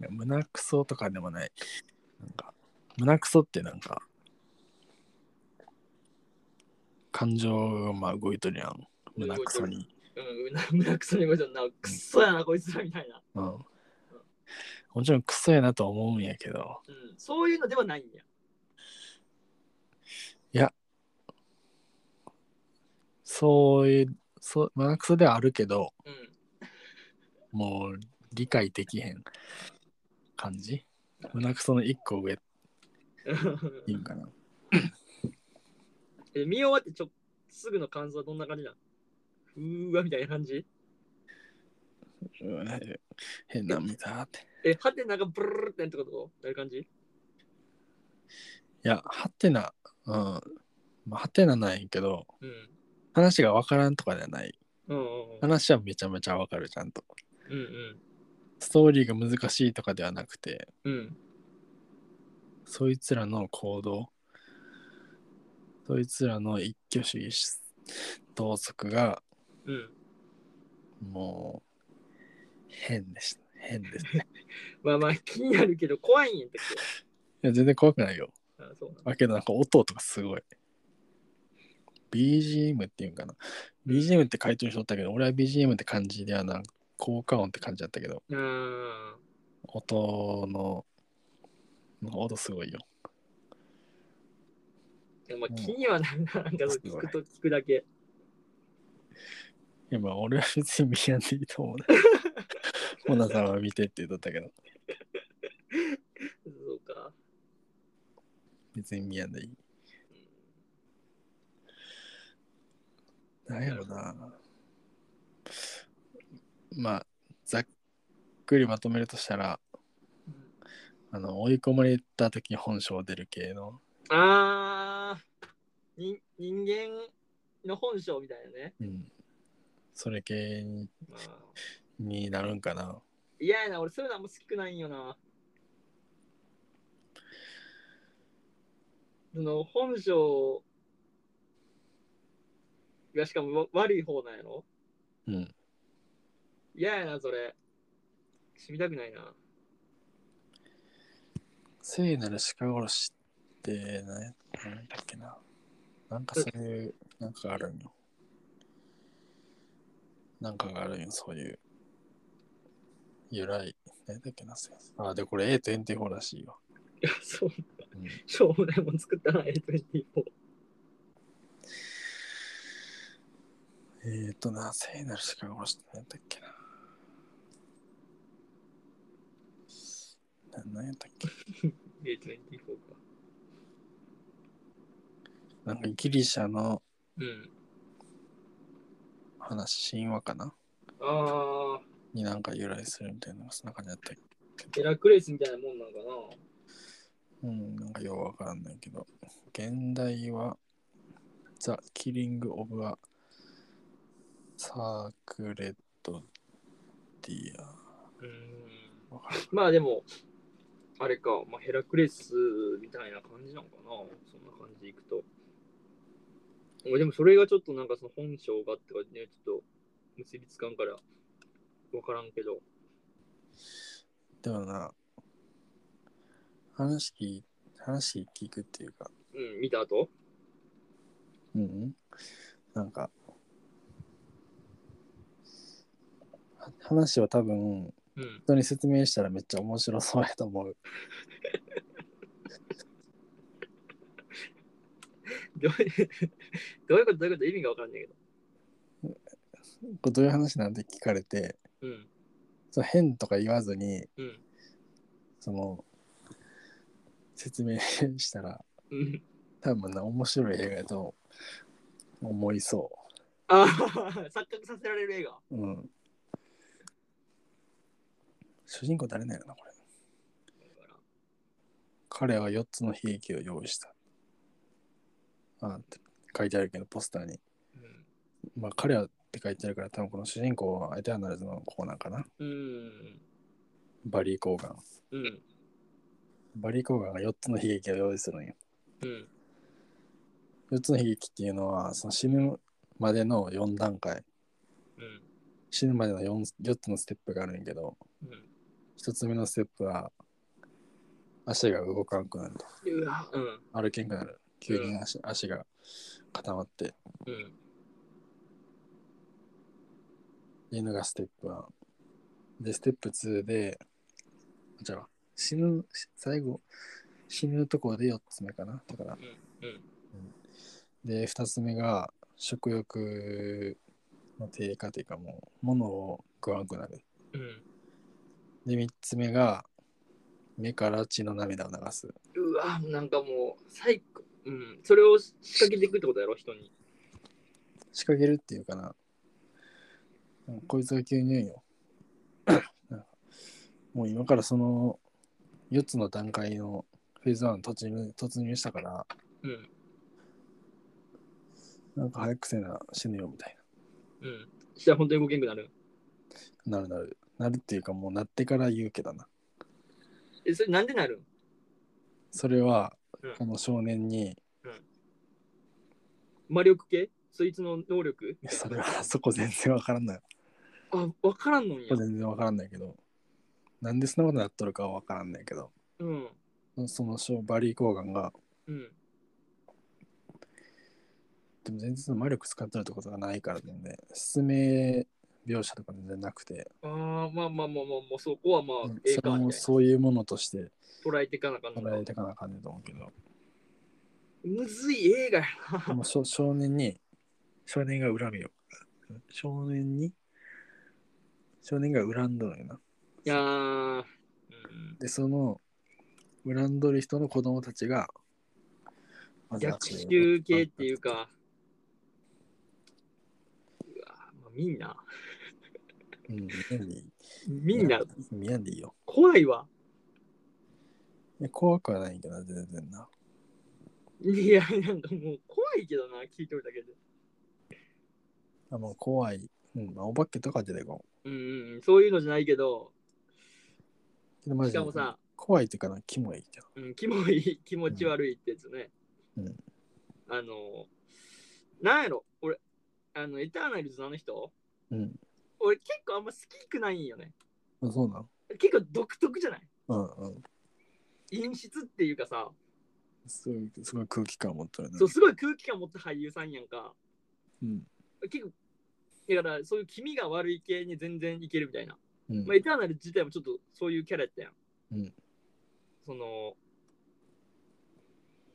[SPEAKER 2] いや胸クソとかでもない。なんか、胸クソってなんか、感情がまあ動いとるやん。胸クソに。
[SPEAKER 1] うん、胸くそにこいつな、くっそやな、こいつらみたいな。
[SPEAKER 2] うん。もちろんクソやなとは思うんやけど、
[SPEAKER 1] うん、そういうのではないんや。
[SPEAKER 2] そういう、そう胸クソではあるけど、
[SPEAKER 1] うん。
[SPEAKER 2] もう理解できへん感じ。胸クソの一個上っていうんかな。
[SPEAKER 1] え見終わってちょすぐの感想はどんな感じなのうーわみたいな感じ
[SPEAKER 2] うん変な見たって。
[SPEAKER 1] え、ハテナがブルーってなってことなる感じ
[SPEAKER 2] いや、ハテナ、うん。まあ、ハテナなんやけど、
[SPEAKER 1] うん。
[SPEAKER 2] 話が分からんとかではない
[SPEAKER 1] うんうんうん。
[SPEAKER 2] 話はめちゃめちゃ分かるちゃんと
[SPEAKER 1] うんうん。
[SPEAKER 2] ストーリーが難しいとかではなくて
[SPEAKER 1] うん。
[SPEAKER 2] そいつらの行動そいつらの一挙手一投足が
[SPEAKER 1] うん。
[SPEAKER 2] もう変でした変ですね
[SPEAKER 1] まあまあ気になるけど怖いんやったっ
[SPEAKER 2] いや全然怖くないよ
[SPEAKER 1] けあそうなの
[SPEAKER 2] だけどなんか音とかすごい BGM っていうんかな BGM って書いてる人おったけど俺は BGM って感じではな効果音って感じだったけど
[SPEAKER 1] あ
[SPEAKER 2] 音のなんか音すごいよ
[SPEAKER 1] ーでもまあ気にはなるな、なんかそう聞くと聞くだけ。
[SPEAKER 2] 今俺は別に見やんでいいと思うな。モナさんは見てって言っとったけど、
[SPEAKER 1] そうか。
[SPEAKER 2] 別に見やんでいい。なんやろな。まあ、ざっくりまとめるとしたら、
[SPEAKER 1] うん
[SPEAKER 2] あの追い込まれた時本性出る系の、
[SPEAKER 1] あーに人間の本性みたいなね。
[SPEAKER 2] うん、それ系に
[SPEAKER 1] まあ
[SPEAKER 2] になるんかな。
[SPEAKER 1] 嫌やな、俺そういうのあんま好きくないんよな。その本性がしかもわ悪い方なんやろ
[SPEAKER 2] うん。
[SPEAKER 1] 嫌やな、それ。死にたくないな。
[SPEAKER 2] 聖なる鹿殺しって何やったんだっけな。なんかそういう、なんかあるんよ。なんかがあるんよ、そういう。由来。何やったっけな、聖なるあ、で、これ A24 らしいよ。
[SPEAKER 1] いや、そう、
[SPEAKER 2] うん
[SPEAKER 1] しょうもないもん作ったな、A24。
[SPEAKER 2] えー、っとな、聖なる鹿殺しって何やったっけな。な何やったっけ
[SPEAKER 1] A24 か。
[SPEAKER 2] なんかギリシャの
[SPEAKER 1] うん。
[SPEAKER 2] 話、神話かな
[SPEAKER 1] ああ、
[SPEAKER 2] になんか由来するみたいな、そんな感じだったっけ
[SPEAKER 1] ヘラクレスみたいなもんなんかな。
[SPEAKER 2] うん、なんかようわからんないけど、現代は、ザ・キリング・オブ・ア・サークレット・ディア。
[SPEAKER 1] うーん。
[SPEAKER 2] わからん
[SPEAKER 1] まあでも、あれか、まあ、ヘラクレスみたいな感じなのかな、そんな感じでいくと。俺でもそれがちょっとなんかその本性がってかね、ちょっと結びつかんから分からんけど。
[SPEAKER 2] でもな、話聞い話聞くっていうか、
[SPEAKER 1] うん、見た後
[SPEAKER 2] うんうん、なんか、は話は多分、
[SPEAKER 1] うん。
[SPEAKER 2] 人に説明したらめっちゃ面白そうやと思う。
[SPEAKER 1] どういうどういうことどういうこと意味が分からんねんけど。
[SPEAKER 2] これどういう話なんて聞かれて、
[SPEAKER 1] うん、
[SPEAKER 2] その変とか言わずに、
[SPEAKER 1] うん、
[SPEAKER 2] その説明したら
[SPEAKER 1] うん。
[SPEAKER 2] 多分な面白い映画やと思いそ
[SPEAKER 1] ああ、錯覚させられる映画。
[SPEAKER 2] う、うん、主人公誰なんやろなこれ彼は4つの悲劇を用意したあって書いてあるけどポスターに
[SPEAKER 1] うん。
[SPEAKER 2] まあ彼はって書いてあるから多分この主人公はエターナルズの子なんかな
[SPEAKER 1] うん。
[SPEAKER 2] バリー・コーガン
[SPEAKER 1] うん。
[SPEAKER 2] バリー・コーガンが4つの悲劇を用意するんよ
[SPEAKER 1] うん。
[SPEAKER 2] 4つの悲劇っていうのはその死ぬまでの4段階
[SPEAKER 1] うん。
[SPEAKER 2] 死ぬまでの 4, 4つのステップがあるんやけど
[SPEAKER 1] うん。
[SPEAKER 2] 1つ目のステップは足が動かなくなると
[SPEAKER 1] うわ。うん。
[SPEAKER 2] 歩けなくなる急に足,、足が固まって
[SPEAKER 1] うん。
[SPEAKER 2] 犬がステップ1でステップ2でじゃあ死ぬ最後死ぬとこで4つ目かなだから
[SPEAKER 1] うん。
[SPEAKER 2] で2つ目が食欲の低下というかもう物を食わなくなる
[SPEAKER 1] うん。
[SPEAKER 2] で3つ目が目から血の涙を流す
[SPEAKER 1] うわ、なんかもう、最高。うん。それを仕掛けていくってことやろ、人に。
[SPEAKER 2] 仕掛けるっていうかな。うんこいつが急に言うんよ。 なんかもう今からその4つの段階のフェーズ1突入突入したから、
[SPEAKER 1] うん。
[SPEAKER 2] なんか早くせな死ぬよみたい
[SPEAKER 1] うん。したら本当に動けんくなる。
[SPEAKER 2] な。なるなる。なるっていうかもうなってから言うけどな。
[SPEAKER 1] え、それなんでなるん
[SPEAKER 2] それは
[SPEAKER 1] うん
[SPEAKER 2] この少年に、
[SPEAKER 1] 魔力系そいつの能力みたい
[SPEAKER 2] それはそこ全然わからんない。
[SPEAKER 1] なあ、わからんのんや
[SPEAKER 2] そこ。全然わからんないけど、なんでそんなことなっとるかはわからんないけど、
[SPEAKER 1] うん。
[SPEAKER 2] その少バリー・コーガンが、
[SPEAKER 1] うん。
[SPEAKER 2] でも全然その魔力使ってるってことがないからなんで、説明描写とか全然なくて、
[SPEAKER 1] ああ、まあまあまあまあ、もうそこはまあ、ええ
[SPEAKER 2] それ
[SPEAKER 1] かみ
[SPEAKER 2] も
[SPEAKER 1] たい
[SPEAKER 2] そういうものとして
[SPEAKER 1] な。捉えていかなあかんの
[SPEAKER 2] 捉え
[SPEAKER 1] か。
[SPEAKER 2] ていかなあかんねんと思うけど、
[SPEAKER 1] むずい映画や
[SPEAKER 2] でも少少年に、少年が恨みを、少年に、少年が恨んどるんよな。
[SPEAKER 1] な。いやーうん。
[SPEAKER 2] で、その、恨んどる人の子供たちが、まず
[SPEAKER 1] 逆襲系っていう。か。うわまあ、みんな。
[SPEAKER 2] うん、
[SPEAKER 1] みんな、
[SPEAKER 2] 見やんでいいよ。
[SPEAKER 1] 怖いわ。
[SPEAKER 2] いや怖くはないけどな、全然な。
[SPEAKER 1] いや、なんかもう怖いけどな、聞いとるだけで。
[SPEAKER 2] あもう怖い。うん、まあ、お化けとか出てこん。
[SPEAKER 1] うんうんうん、そういうのじゃないけど、
[SPEAKER 2] けどマ
[SPEAKER 1] し
[SPEAKER 2] ジで
[SPEAKER 1] かもさ、
[SPEAKER 2] 怖いっていうかな、キモいけど。
[SPEAKER 1] うん、キモい、気持ち悪いってやつね。
[SPEAKER 2] うん
[SPEAKER 1] あの、なんやろ、俺、あの、エターナルズのあの人、
[SPEAKER 2] うん。
[SPEAKER 1] 俺結構あんま好きくないんよね。
[SPEAKER 2] あそうなの
[SPEAKER 1] 結構独特じゃない
[SPEAKER 2] うんうん。
[SPEAKER 1] 陰湿っていうかさ、
[SPEAKER 2] すごい、すごい空気感を持ってるね。
[SPEAKER 1] そうすごい空気感持った俳優さんやんか。
[SPEAKER 2] うん。
[SPEAKER 1] 結構、だからそういう気味が悪い系に全然いけるみたいな。
[SPEAKER 2] うん
[SPEAKER 1] まあ、エターナル自体もちょっとそういうキャラやったやん。
[SPEAKER 2] うん
[SPEAKER 1] その、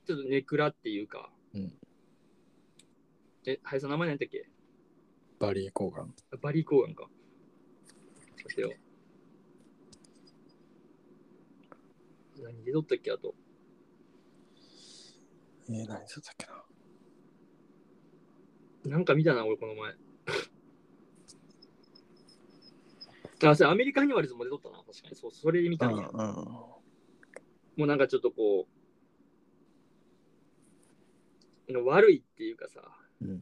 [SPEAKER 1] ちょっとネクラっていうか。
[SPEAKER 2] うん
[SPEAKER 1] え、林さん名前何やったっけ
[SPEAKER 2] バリー・コーガン。
[SPEAKER 1] バリー・コーガンか。ちょっと待ってよ。何出とったっけあと。
[SPEAKER 2] えー、何しったっけな。
[SPEAKER 1] なんか見たな、俺この 前。あ、それアメリカンアニマルズも出とったな、確かに。そう、それで見たんや。
[SPEAKER 2] うん
[SPEAKER 1] もうなんかちょっとこう、の悪いっていうかさ、
[SPEAKER 2] うん。うん。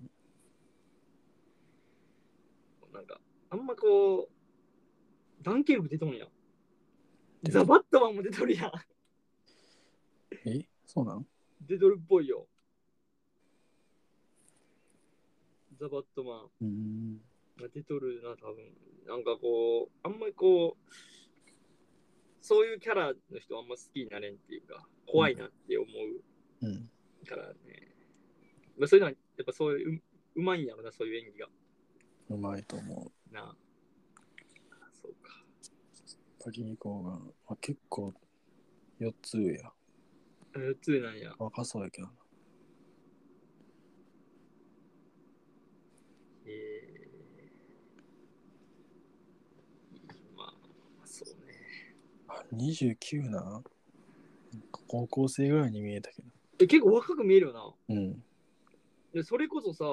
[SPEAKER 1] なんか、あんまこう、ダンケルク出とんや。ザ・バットマンも出とるやん。
[SPEAKER 2] えそうなの
[SPEAKER 1] 出とるっぽいよ。ザ・バットマン
[SPEAKER 2] うん。
[SPEAKER 1] が出とるな、多分なんかこう、あんまりこう、そういうキャラの人あんま好きになれんっていうか、怖いなって思う
[SPEAKER 2] うん。
[SPEAKER 1] からね。まあ、そういうのは、やっぱそういう、ううまいんやろな、そういう演技が。
[SPEAKER 2] うまいと思
[SPEAKER 1] なあ。そうか。
[SPEAKER 2] う。バリー・コーガン。あ、結構、4つ上や。
[SPEAKER 1] あ4つなんや。
[SPEAKER 2] 若そうやけどな。
[SPEAKER 1] えー、まあ、そうね。
[SPEAKER 2] あ、29な。なんか高校生ぐらいに見えたけど。
[SPEAKER 1] え結構若く見えるよな。
[SPEAKER 2] うん。
[SPEAKER 1] でそれこそさ、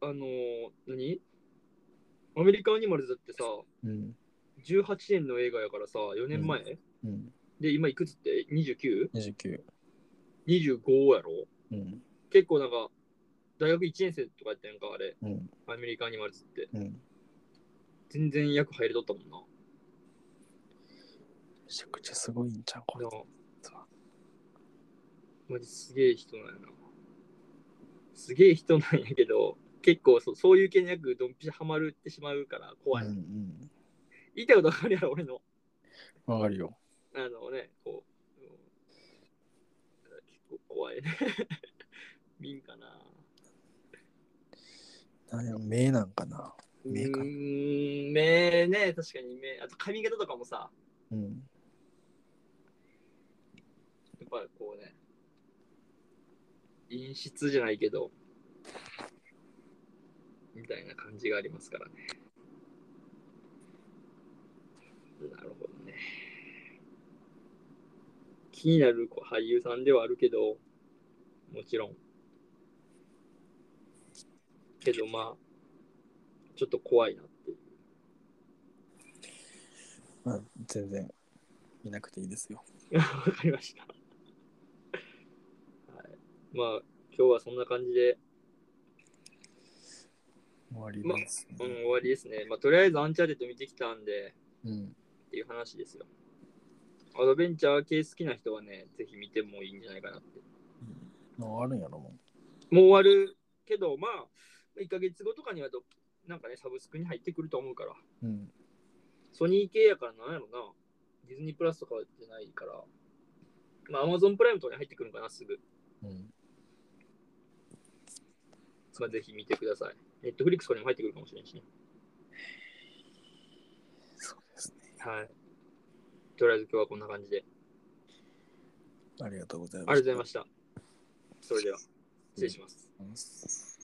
[SPEAKER 1] あのー、何アメリカンアニマルズだってさ、
[SPEAKER 2] うん。
[SPEAKER 1] 18年の映画やからさ、4年前、
[SPEAKER 2] うん。
[SPEAKER 1] で、今いくつって 29?25
[SPEAKER 2] 29。
[SPEAKER 1] やろ
[SPEAKER 2] うん。
[SPEAKER 1] 結構なんか、大学1年生とかやったやんか、あれ。
[SPEAKER 2] うん。
[SPEAKER 1] アメリカンアニマルズって。
[SPEAKER 2] うん。
[SPEAKER 1] 全然役入れとったもんな。
[SPEAKER 2] めちゃくちゃすごいんちゃうこれ
[SPEAKER 1] な。あマジすげえ人なんやな。すげえ人なんやけど、結構そそういう系になくドンピシャハマるってしまうから怖い。
[SPEAKER 2] うん
[SPEAKER 1] 言いたいことわかるやろ、俺の。
[SPEAKER 2] うん。わかるよ。
[SPEAKER 1] あのね、こう。うん結構怖いね。 民かな。
[SPEAKER 2] なんや目なんかな。目か
[SPEAKER 1] うーん、目ね、確かに目。あと髪型とかもさ、
[SPEAKER 2] うん。
[SPEAKER 1] やっぱこうね、陰湿じゃないけど、みたいな感じがありますからね。なるほどね。気になるこう俳優さんではあるけど、もちろん。けどまあ、ちょっと怖いなっていう。
[SPEAKER 2] まあ、全然見なくていいですよ。
[SPEAKER 1] わかりました。はい、まあ、今日はそんな感じで、
[SPEAKER 2] 終わりです、
[SPEAKER 1] うん、終わりですね。まあ、とりあえずアンチャーテッド見てきたんで、
[SPEAKER 2] うん。
[SPEAKER 1] っていう話ですよ。アドベンチャー系好きな人はね、ぜひ見てもいいんじゃないかなって。
[SPEAKER 2] もう終わるんやろ、も
[SPEAKER 1] もう終わるけど、まあ、1ヶ月後とかにはど、なんかね、サブスクに入ってくると思うから。
[SPEAKER 2] う。うん。
[SPEAKER 1] ソニー系やからなんやろな。ディズニープラスとかじゃないから。まあ、アマゾンプライムとかに入ってくるのかな、すぐ。
[SPEAKER 2] うん。
[SPEAKER 1] まあ、ぜひ見てください。ネットフリックスとかにも入ってくるかもしれんしね。
[SPEAKER 2] そうですね。
[SPEAKER 1] はい。とりあえず今日はこんな感じで。
[SPEAKER 2] ありがとうござい
[SPEAKER 1] あ
[SPEAKER 2] ま
[SPEAKER 1] りがとう
[SPEAKER 2] す。
[SPEAKER 1] ございました。それでは、失礼します。
[SPEAKER 2] ます。